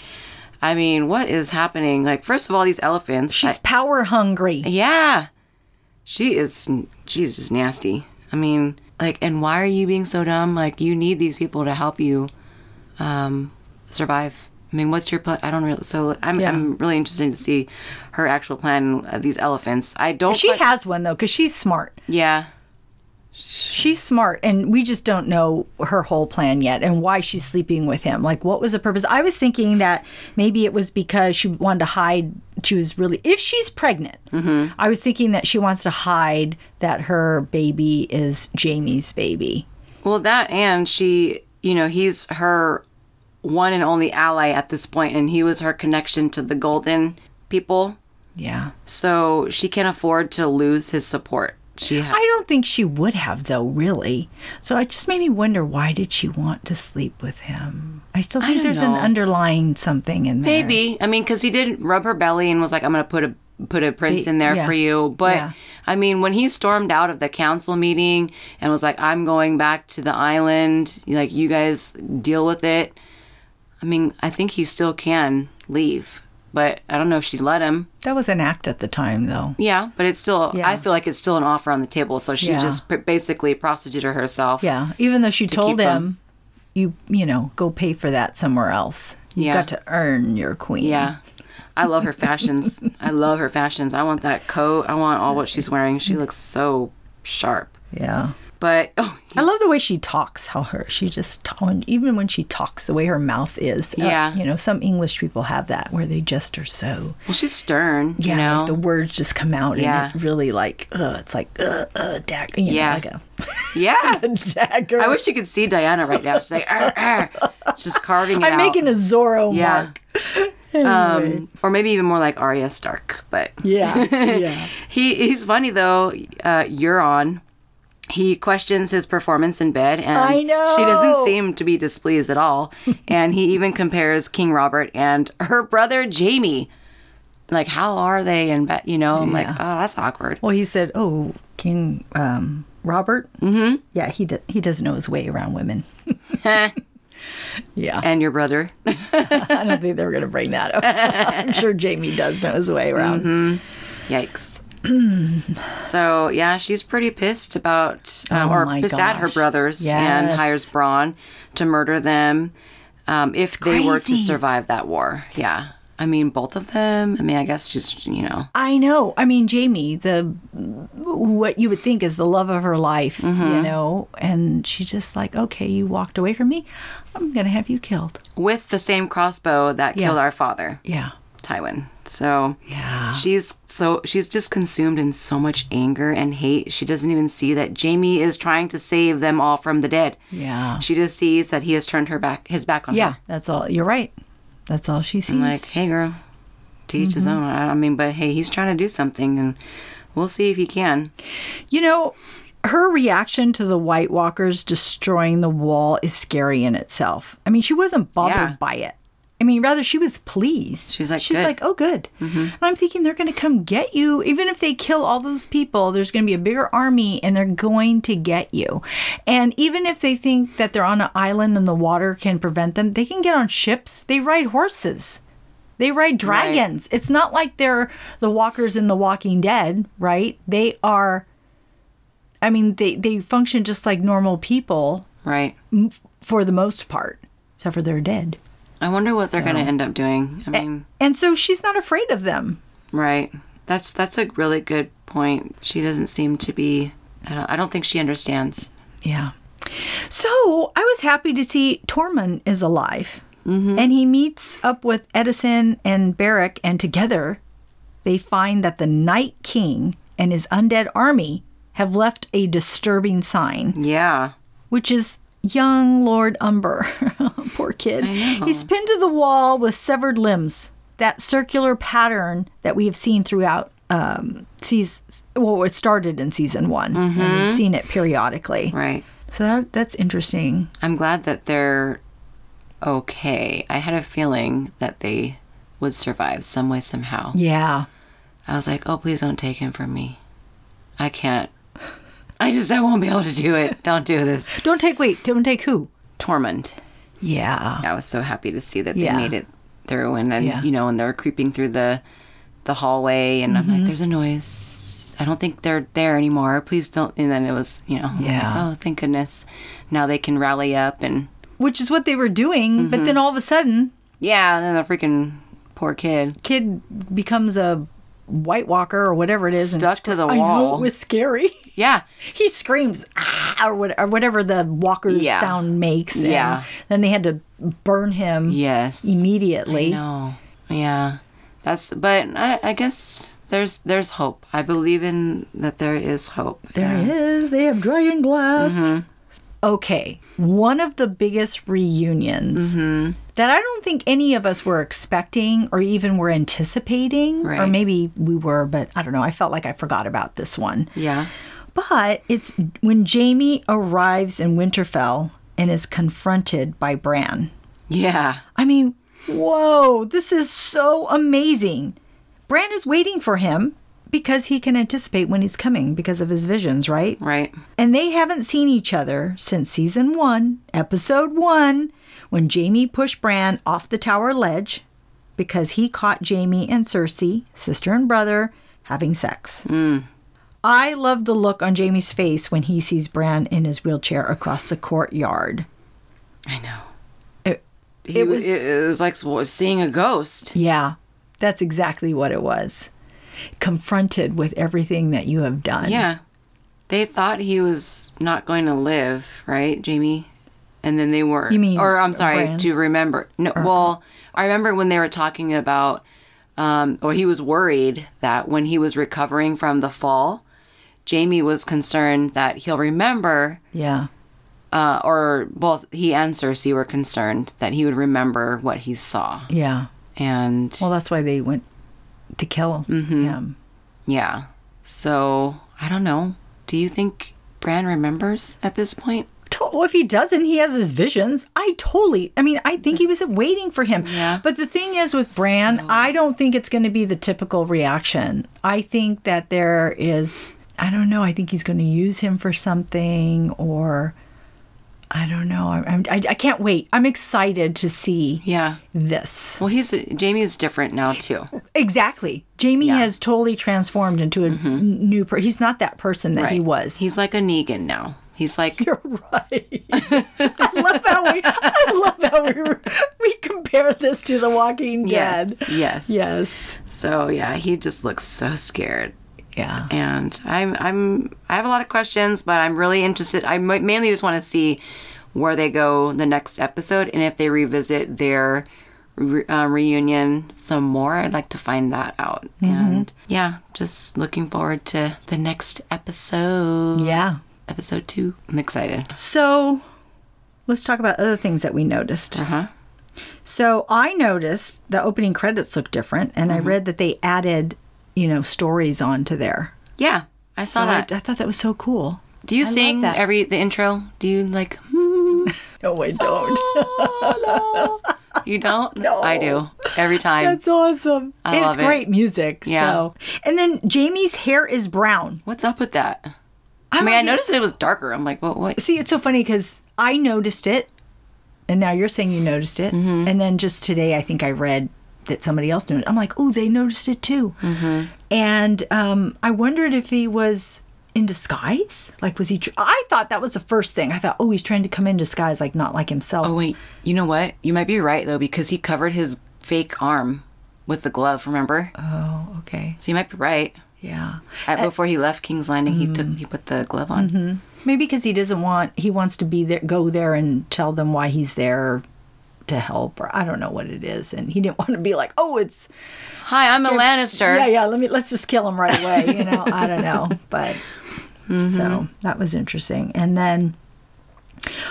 I mean, what is happening? Like, first of all, these elephants.
She's
I-
power hungry.
yeah, she is. She's just nasty. I mean, like, and why are you being so dumb? Like, you need these people to help you um, survive. I mean, what's your plan? I don't really. So I'm,
Yeah.
I'm really interested to see her actual plan. Uh, these elephants. I don't.
She
like-
has one, though, because she's smart.
yeah.
She's smart, and we just don't know her whole plan yet and why she's sleeping with him. Like, what was the purpose? I was thinking that maybe it was because she wanted to hide. She was really, if she's pregnant,
Mm-hmm.
I was thinking that she wants to hide that her baby is Jamie's baby.
Well, that and she, you know, he's her one and only ally at this point, and he was her connection to the Golden people.
Yeah.
So she can't afford to lose his support. She ha-
I don't think she would have, though, really. So it just made me wonder why did she want to sleep with him? I still think
don't
there's
know.
an underlying something in there.
maybe. I mean, because he did rub her belly and was like, "I'm gonna put a put a prince in there
yeah.
for you." But
Yeah.
I mean, when he stormed out of the council meeting and was like, "I'm going back to the island," like you guys deal with it. I mean, I think he still can leave, but I don't know if she let him.
That was an act at the time, though.
Yeah, but it's still.
Yeah.
I feel like it's still an offer on the table. So she
Yeah.
just p- basically prostituted herself.
Yeah, even though she told
keep
him,
them.
you you know, go pay for that somewhere else. You
Yeah.
got to earn your queen.
Yeah. I love her fashions. I love her fashions. I want that coat. I want all what she's wearing. She looks so sharp.
Yeah.
But oh,
I love the way she talks. How her she just ta- even when she talks, the way her mouth is. Uh,
Yeah.
you know, some English people have that where they just are so.
well, she's stern. you know,
like the words just come out
Yeah.
and it's really like, uh, it's like, uh, uh, dagger. You
Yeah.
know, like a, [laughs]
yeah.
a dagger.
I wish you could see Diana right now. She's like, "Arr, arr." She's just carving it
I'm
out.
making a Zorro
yeah.
mark. [laughs] Uh.
Um, or maybe even more like Arya Stark. But
Yeah, [laughs] yeah.
he he's funny though. Uh, Euron. He questions his performance in bed, and
I know.
she doesn't seem to be displeased
[laughs]
at all. and he even compares King Robert and her brother Jamie. Like, how are they in bed? You know, I'm like, oh, that's awkward.
Well, he said, "Oh, King um, Robert." Mm-hmm. Yeah, he do- he doesn't know his way around [laughs] women. yeah,
And your brother,
I don't think they were going to bring that up. [laughs] I'm sure Jamie does know his way around.
Yikes. [clears throat] so yeah, she's pretty pissed about um,
Oh
or
my
pissed at her
gosh.
brothers and
Yes.
hires Braun to murder them um, if they were to
crazy.
survive that war. Yeah. I mean, both of them. I mean, I guess she's, you know,
I know. I mean, Jamie, the what you would think is the love of her life, you know, and she's just like, "Okay, you walked away from me. I'm going to have you killed."
with the same crossbow that killed our father,
Yeah.
Tywin. So
Yeah.
she's so she's just consumed in so much anger and hate. She doesn't even see that Jamie is trying to save them all from the dead.
Yeah.
She just sees that he has turned her back his back on her.
Yeah, that's all. You're right. That's all she sees.
like, hey, girl, to each his own. I I mean, but hey, he's trying to do something, and we'll see if he can.
You know, her reaction to the White Walkers destroying the wall is scary in itself. I mean, she wasn't bothered
Yeah.
by it. I mean, rather she was pleased.
She's like,
she's
"Good." Mm-hmm.
like, oh, good. And I'm thinking they're going to come get you. Even if they kill all those people, there's going to be a bigger army, and they're going to get you. And even if they think that they're on an island and the water can prevent them, they can get on ships. They ride horses. They ride dragons. It's not like they're the walkers in The Walking Dead, right? They are I mean, they, they function just like normal people
Right.
m- for the most part, except for they're dead.
I wonder what they're going to end up doing. I mean,
And so she's not afraid of them.
right. That's that's a really good point. She doesn't seem to be. I don't, I don't think she understands.
Yeah. So I was happy to see Tormund is alive. And he meets up with Edison and Barrack, and together they find that the Night King and his undead army have left a disturbing sign.
Yeah.
which is young Lord Umber. [laughs] Poor kid. He's pinned to the wall with severed limbs. That circular pattern that we have seen throughout um, season, well, it started in season one. And we've seen it periodically.
Mm-hmm. Right.
So that, that's interesting.
I'm glad that they're okay. I had a feeling that they would survive some way somehow.
Yeah.
I was like, oh, please don't take him from me. I can't. I just I won't be able to do it. Don't do this.
Don't take, wait, don't take who?
Torment.
Yeah.
I was so happy to see that they
Yeah.
made it through, and then
Yeah.
you know, and they're creeping through the the hallway, and I'm like,
Mm-hmm.
"There's a noise. I don't think they're there anymore. Please don't." And then it was, you know, I'm like,
Yeah.
oh, thank goodness, now they can rally up, and
Which is what they were doing. But
Mm-hmm.
then all of a sudden,
yeah, and then the freaking poor kid.
kid becomes a White Walker or whatever it is.
Stuck to the
I know
wall.
it was scary. [laughs]
Yeah,
he screams ah, or, what, or whatever the walker's
Yeah.
sound makes. and
Yeah.
Then they had to burn him
yes,
immediately.
no, yeah, that's. But I, I guess there's there's hope. I believe in that there is hope.
There he is. They have dragon glass.
Mm-hmm.
Okay, one of the biggest reunions
Mm-hmm.
that I don't think any of us were expecting or even were anticipating, or
Right.
maybe we were, but I don't know. I felt like I forgot about this one.
Yeah,
But it's when Jamie arrives in Winterfell and is confronted by Bran.
yeah,
I mean, whoa, this is so amazing. Bran is waiting for him because he can anticipate when he's coming because of his visions, right?
right.
And they haven't seen each other since season one, episode one, when Jamie pushed Bran off the tower ledge because he caught Jamie and Cersei, sister and brother, having sex. I love the look on Jamie's face when he sees Bran in his wheelchair across the courtyard.
I know.
It-
He
it
wa-
was-
it, it was like s- seeing a ghost.
Yeah. That's exactly what it was. Confronted with everything that you have done.
Yeah. They thought he was not going to live, right, Jamie? And then they were.
You mean
Or I'm sorry,
Bran?
to remember. No, well, I remember when they were talking about, um, or he was worried that when he was recovering from the fall, Jamie was concerned that he'll remember
Yeah.
uh, or both he and Cersei were concerned that he would remember what he saw.
Yeah.
And
Well, that's why they went to kill
Mm-hmm.
him.
yeah. So I don't know. Do you think Bran remembers at this point?
To- Well, if he doesn't, he has his visions. I totally, I mean, I think he was waiting for him.
Yeah.
But the thing is with Bran, I don't think it's going to be the typical reaction. I think that there is, I don't know, I think he's going to use him for something or I don't know. I'm, I'm, I, I can't wait. I'm excited to see
Yeah.
this.
Well, he's Jamie is different now too.
Exactly. Jamie
Yeah. Mm-hmm.
has totally transformed into a n- new person. He's not that person that he
Right.
was. [laughs]
He's like a Negan now. He's like
You're right. I love how we I love how we were- we compare this to The Walking Dead.
yes, yes,
Yes.
So yeah, he just looks so scared.
Yeah.
and I'm I'm I have a lot of questions, but I'm really interested. I mi- mainly just want to see where they go the next episode and if they revisit their re- uh, reunion some more. I'd like to find that out.
Mm-hmm.
And yeah, just looking forward to the next episode.
Yeah.
Episode two. I'm excited.
So let's talk about other things that we noticed.
Uh-huh.
So I noticed the opening credits look different and
Mm-hmm.
I read that they added, you know, stories onto there.
Yeah, I saw
I,
that.
I thought that was so cool.
Do you
love
sing
that.
every the intro? Do you like? [laughs] hmm,
No, I don't. [laughs]
You don't? no. I do every time.
That's awesome.
I
it's
love it.
great music.
Yeah.
So and then Jamie's hair is brown.
What's up with that? I,
I'm
mean, I
like-
noticed it was darker. I'm like, what? What?
See, it's so funny because I noticed it, and now you're saying you noticed it,
Mm-hmm.
and then just today I think I read that somebody else noticed. I'm like, oh, they noticed it too,
Mm-hmm.
and um, I wondered if he was in disguise. Like, was he? Tr- I thought that was the first thing. I thought, oh, he's trying to come in disguise, like not like himself.
Oh wait, you know what? You might be right though because he covered his fake arm with the glove. Remember?
Oh, okay,
So you might be right.
yeah,
At, before he left King's Landing, he took he put the glove on.
maybe because he doesn't want he wants to be there, go there, and tell them why he's there to help, or I don't know what it is, and he didn't [laughs] want to be like, oh, it's.
Hi, I'm a Lannister.
Yeah, yeah. Let me let's just kill him right away. You know, I don't know, [laughs] but so that was interesting. And then,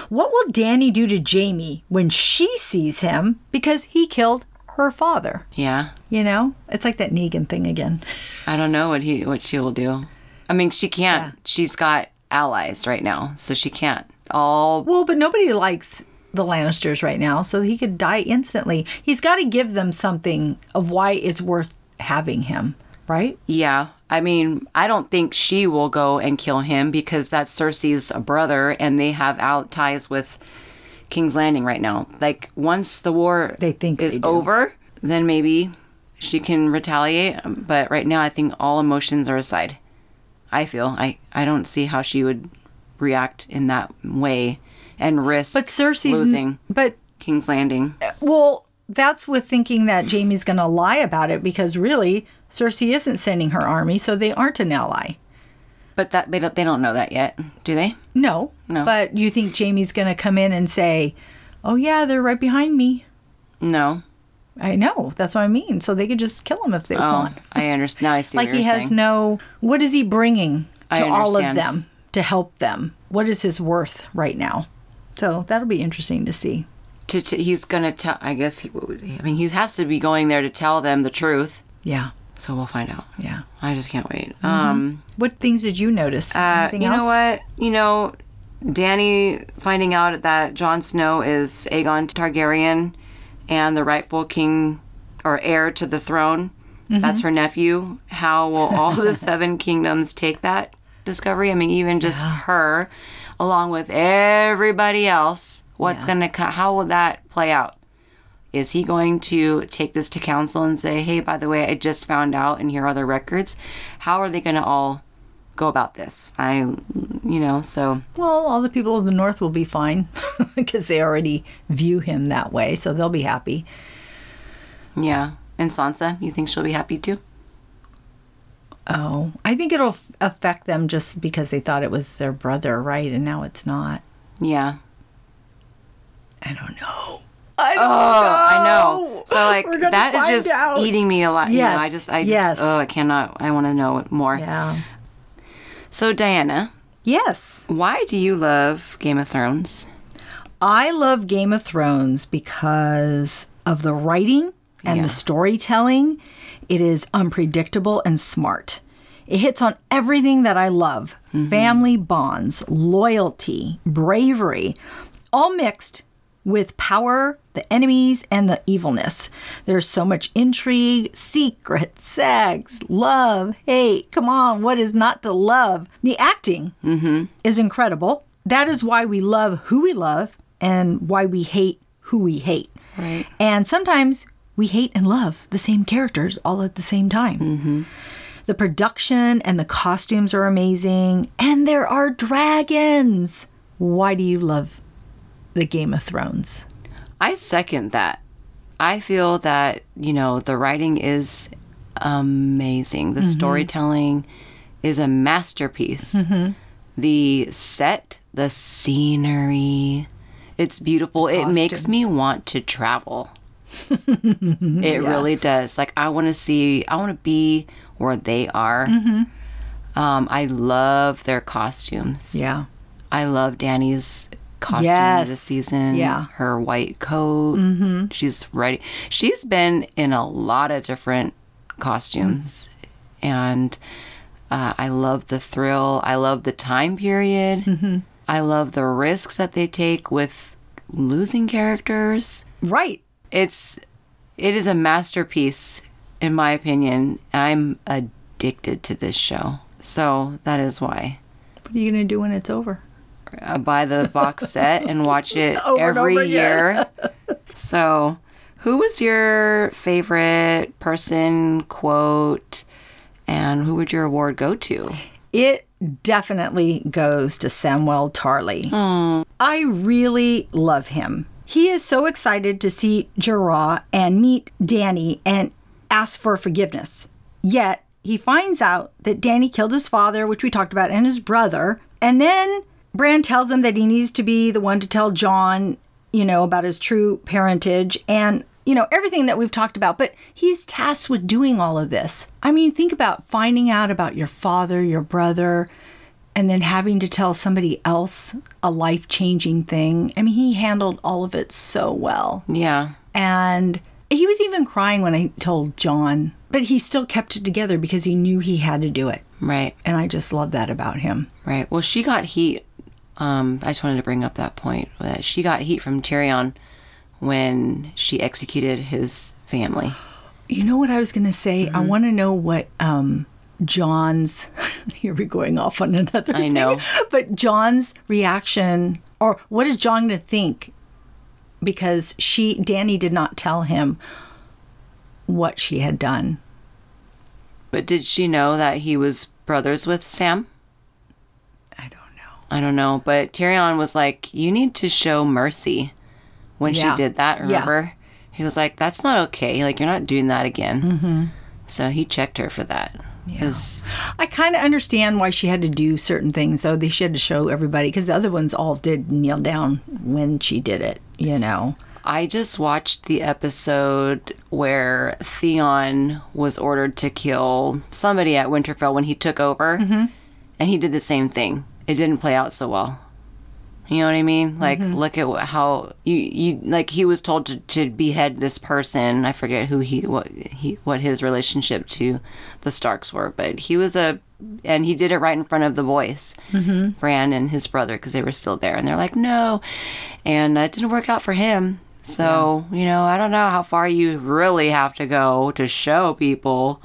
what will Danny do to Jamie when she sees him because he killed her father?
Yeah.
You know, it's like that Negan thing again.
I don't know what he what she will do. I mean, she can't. She's got allies right now, so she can't. All
Well, but nobody likes the Lannisters right now, so he could die instantly. He's got to give them something of why it's worth having him, right?
yeah. I mean, I don't think she will go and kill him because that's Cersei's brother, and they have out ties with King's Landing right now. Like once the war
They think
is
they do.
over, then maybe she can retaliate. But right now, I think all emotions are aside. I feel I I don't see how she would react in that way and risk
But Cersei's
losing
but
King's Landing.
Well, that's with thinking that Jamie's going to lie about it because really, Cersei isn't sending her army, so they aren't an ally.
But that they don't, they don't know that yet, do they?
No.
No.
But you think Jamie's going to come in and say, oh, yeah, they're right behind me.
No.
I know. That's what I mean. So they could just kill him if they
Oh,
want.
I understand. Now I see
Like
what you're
he has
saying.
no. What is he bringing
I
to all of
understand.
them to help them? What is his worth right now? So that'll be interesting to see.
to, to, he's gonna tell. I guess. He, I mean, he has to be going there to tell them the truth.
Yeah.
So we'll find out.
Yeah.
I just can't wait. Um,
What things did you notice?
uh,
Mm-hmm. Anything
you
else?
know what? You know, Danny finding out that Jon Snow is Aegon Targaryen and the rightful king or heir to the throne.
Mm-hmm.
That's her nephew. How will
[laughs]
all the seven kingdoms take that discovery? I mean, even just her, along with everybody else, what's
Yeah.
going to co- how will that play out? Is he going to take this to council and say, hey, by the way, I just found out and here are the records? How are they going to all go about this? I, you know, so
Well, all the people of the North will be fine [laughs] because they already view him that way, so they'll be happy.
yeah. And Sansa, you think she'll be happy too?
Oh, I think it'll f- affect them just because they thought it was their brother, right? And now it's not.
Yeah.
I don't know. I
Oh,
don't
I
know. [laughs]
know. So like
We're gonna
that is
find
just
out.
eating me alive. Yeah.
Yes.
I just I just
Yes.
oh I cannot I want to know it more.
Yeah.
So Diana,
Yes.
why do you love Game of Thrones?
I love Game of Thrones because of the writing and
Yeah.
the storytelling. It is unpredictable and smart. It hits on everything that I love family bonds, loyalty, bravery, all mixed with power, the enemies, and the evilness. There's so much intrigue, secret, sex, love, hate. Come on, what is not to love? The acting is incredible. That is why we love who we love and why we hate who we hate.
Right.
And sometimes we hate and love the same characters all at the same time. The production and the costumes are amazing, and there are dragons. Why do you love the Game of Thrones?
I second that. I feel that, you know, the writing is amazing. The storytelling is a masterpiece. The set, the scenery, it's beautiful. It makes me want to travel. it really does. Like, I want to see, I want to be where they are. Um, I love their costumes.
Yeah.
I love Danny's costume
Yes.
this season.
Yeah.
Her white coat. Mm-hmm. She's ready. She's been in a lot of different costumes.
Mm-hmm.
And uh, I love the thrill. I love the time period.
Mm-hmm.
I love the risks that they take with losing characters.
Right.
It's it is a masterpiece in my opinion. I'm addicted to this show. So that is why
What are you going to do when it's over?
uh, buy the
[laughs]
box set and watch it
Over and
every
over again.
year. so, who was your favorite person, quote, and who would your award go to?
It definitely goes to Samuel Tarley. I really love him. He is so excited to see Gerard and meet Danny and ask for forgiveness. Yet he finds out that Danny killed his father, which we talked about, and his brother. And then Bran tells him that he needs to be the one to tell John, you know, about his true parentage and, you know, everything that we've talked about. But he's tasked with doing all of this. I mean, think about finding out about your father, your brother, and then having to tell somebody else a life changing thing. I mean, he handled all of it so well.
Yeah.
And he was even crying when I told John, but he still kept it together because he knew he had to do it.
Right.
And I just love that about him.
Right. Well, she got heat. Um, I just wanted to bring up that point that she got heat from Tyrion when she executed his family.
You know what I was going to say?
Mm-hmm.
I want to know what um, John's. [laughs] Here we're going off on another.
I
thing.
know.
[laughs] but John's reaction, or what is John going to think? Because she, Danny, did not tell him what she had done.
But did she know that he was brothers with Sam?
I don't know.
I don't know, but Tyrion was like, "You need to show mercy." When
Yeah.
she did that,
Yeah.
remember, he was like, "That's not okay. Like you're not doing that again." Mm-hmm. So he checked her for that. 'Cause-
I kind of understand why she had to do certain things, though. They she had to show everybody because the other ones all did kneel down when she did it. You know.
I just watched the episode where Theon was ordered to kill somebody at Winterfell when he took over,
Mm-hmm.
and he did the same thing. It didn't play out so well. You know what I mean? Like, look at wh- how you you like he was told to, to behead this person. I forget who he what he what his relationship to the Starks were, but he was a and he did it right in front of the boys, mm Bran and his brother, because they were still there, and they're like, no, and it didn't work out for him. So you know, I don't know how far you really have to go to show people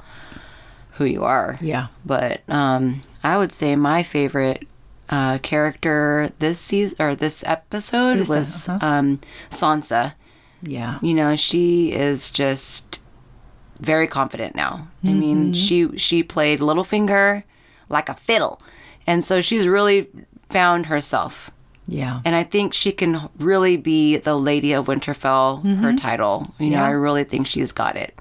who you are.
Yeah.
But um, I would say my favorite uh, character this season or this episode
This
was
episode.
um, Sansa.
Yeah.
You know, she is just very confident now. I mean, she she played Littlefinger like a fiddle, and so she's really found herself.
Yeah.
And I think she can really be the Lady of Winterfell, her title. You know, I really think she's got it.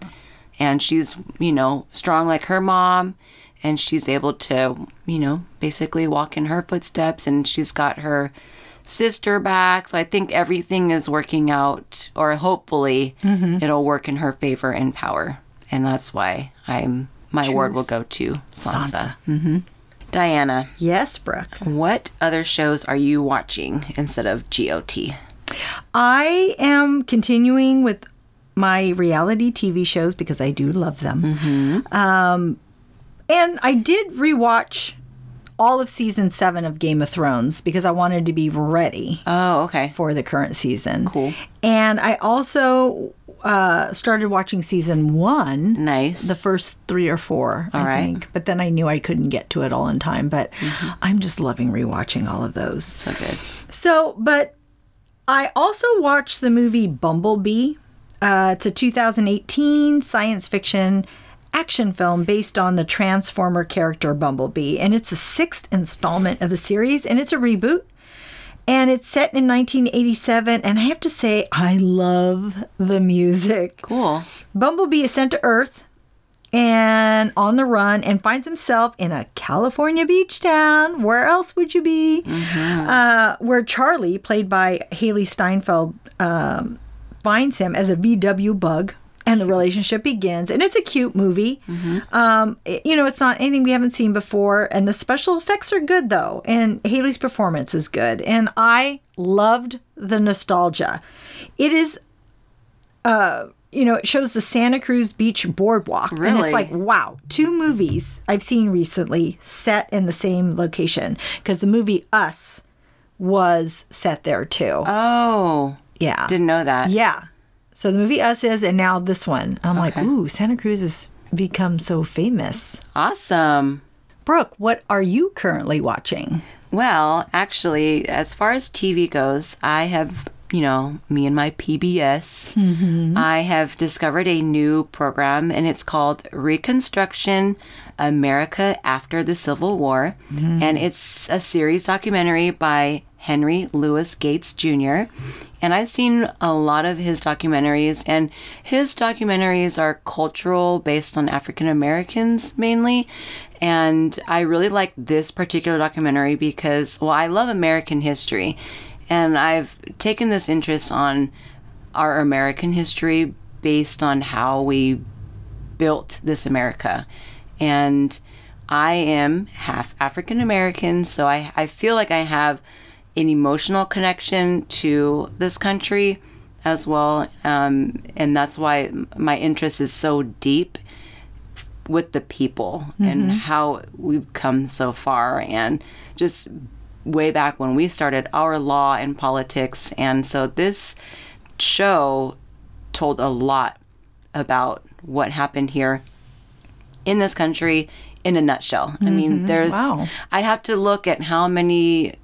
and she's you know strong like her mom and she's able to you know basically walk in her footsteps and she's got her sister back so i think everything is working out or hopefully it'll work in her favor and power and that's why i'm my award will go to sansa, hmm diana
Yes, Brooke.
what other shows are you watching instead of got
I am continuing with my reality TV shows because I do love them.
Mm-hmm.
Um, and I did rewatch all of season seven of Game of Thrones because I wanted to be ready
oh okay
for the current season.
Cool.
And I also uh, started watching season one.
nice
The first three or four, I
All right. Mm-hmm.
think. But then I knew I couldn't get to it all in time. But I'm just loving rewatching all of those.
so good
So, but I also watched the movie Bumblebee. Uh, it's a 2018 science fiction action film based on the Transformer character Bumblebee. And it's the sixth installment of the series, and it's a reboot. And it's set in 1987. And I have to say, I love the music.
cool
Bumblebee is sent to Earth and on the run and finds himself in a California beach town. Where else would you be? Uh, where Charlie, played by Haley Steinfeld, um, finds him as a VW bug. And the relationship begins, and it's a cute movie. Um, it- you know, it's not anything we haven't seen before, and the special effects are good though, and Haley's performance is good, and I loved the nostalgia. It is you know, it shows the Santa Cruz Beach Boardwalk. And
Really?
it's like, wow, two movies I've seen recently set in the same location because the movie Us was set there too.
oh
yeah.
didn't know that
yeah. So the movie Us is, and now this one. I'm like, ooh, Santa Cruz has become so famous.
awesome
Brooke, what are you currently watching?
Well, actually, as far as TV goes, I have, you know, me and my PBS, I have discovered a new program and it's called Reconstruction America After the Civil War. And it's a series documentary by Henry Louis Gates Jr. And I've seen a lot of his documentaries, and his documentaries are cultural based on African Americans mainly. And I really like this particular documentary because, well, I love American history, and I've taken this interest on our American history based on how we built this America. And I am half African American, so I, I feel like I have an emotional connection to this country as well. Um, and that's why my interest is so deep with the people and how we've come so far and just way back when we started our law and politics and so this show told a lot about what happened here in this country in a nutshell i mean there's
Wow.
i'd have to look at how many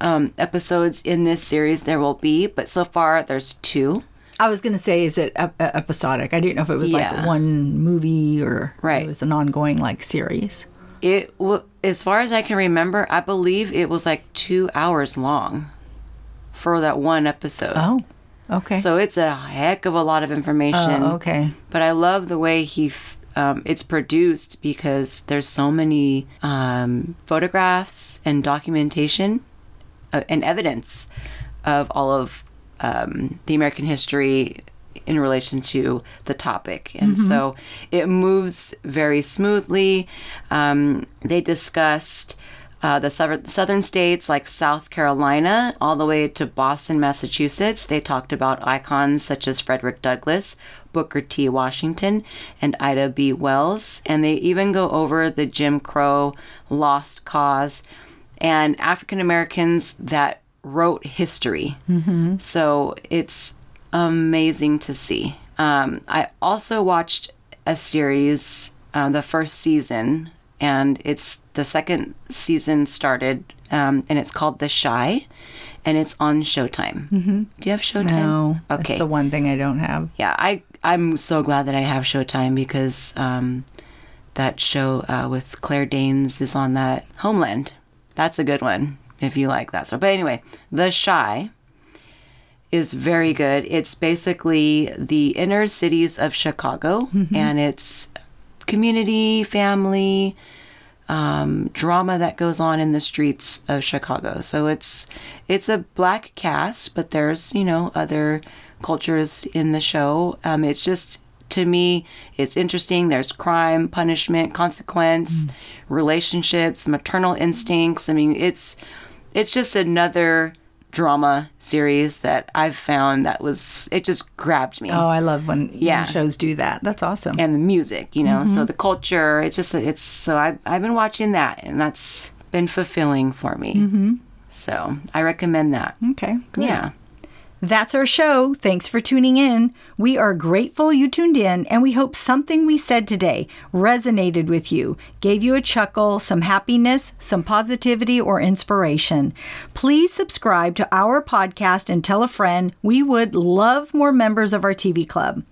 um, episodes in this series there will be but so far there's two
I was going to say, is it ep- uh, episodic? I didn't know if it was
Yeah.
like one movie or
Right.
it was an ongoing like series.
It w- as far as I can remember, I believe it was like two hours long for that one episode.
Oh, okay.
So it's a heck of a lot of information.
Oh, okay.
But I love the way he. F- um, it's produced because there's so many um, photographs and documentation uh, and evidence of all of um, the American history in relation to the topic. And so it moves very smoothly. Um, they discussed uh, the southern, southern states like South Carolina all the way to Boston, Massachusetts. They talked about icons such as Frederick Douglass, Booker T. Washington, and Ida B. Wells. And they even go over the Jim Crow lost cause and African Americans that wrote history.
Mm-hmm.
So it's amazing to see. Um, I also watched a series, uh, the first season, and it's the second season started, um, and it's called The Shy, and it's on Showtime. Mm-hmm. Do you have Showtime?
No.
Okay.
That's the one thing I don't have.
yeah, I I'm so glad that I have Showtime because um, that show uh, with Claire Danes is on that Homeland. That's a good one if you like that. So, but anyway, The Shy is very good. It's basically the inner cities of Chicago, and it's community, family, um, drama that goes on in the streets of Chicago. So it's it's a black cast, but there's you know other cultures in the show. Um, it's just to me, it's interesting. There's crime, punishment, consequence, relationships, maternal instincts. I mean, it's it's just another drama series that I've found that was it just grabbed me
Oh, I love when,
Yeah.
when shows do that. That's awesome.
and the music, you know. So the culture, it's just it's so I I've been watching that and that's been fulfilling for me. Mm-hmm. So I recommend that.
okay. good.
Yeah.
That's our show. Thanks for tuning in. We are grateful you tuned in, and we hope something we said today resonated with you, gave you a chuckle, some happiness, some positivity, or inspiration. Please subscribe to our podcast and tell a friend. We would love more members of our TV club.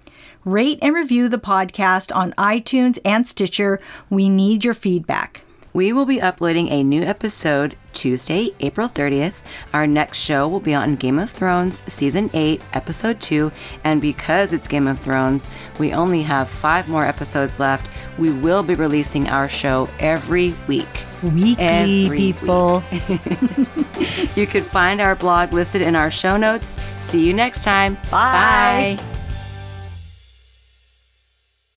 Rate and review the podcast on iTunes and Stitcher. We need your feedback.
We will be uploading a new episode Tuesday, April 30th. Our next show will be on Game of Thrones Season 8, Episode 2. And because it's Game of Thrones, we only have five more episodes left. We will be releasing our show every week.
Weekly
Every week.
people.
You can find our blog listed in our show notes. See you next time.
Bye.
Bye.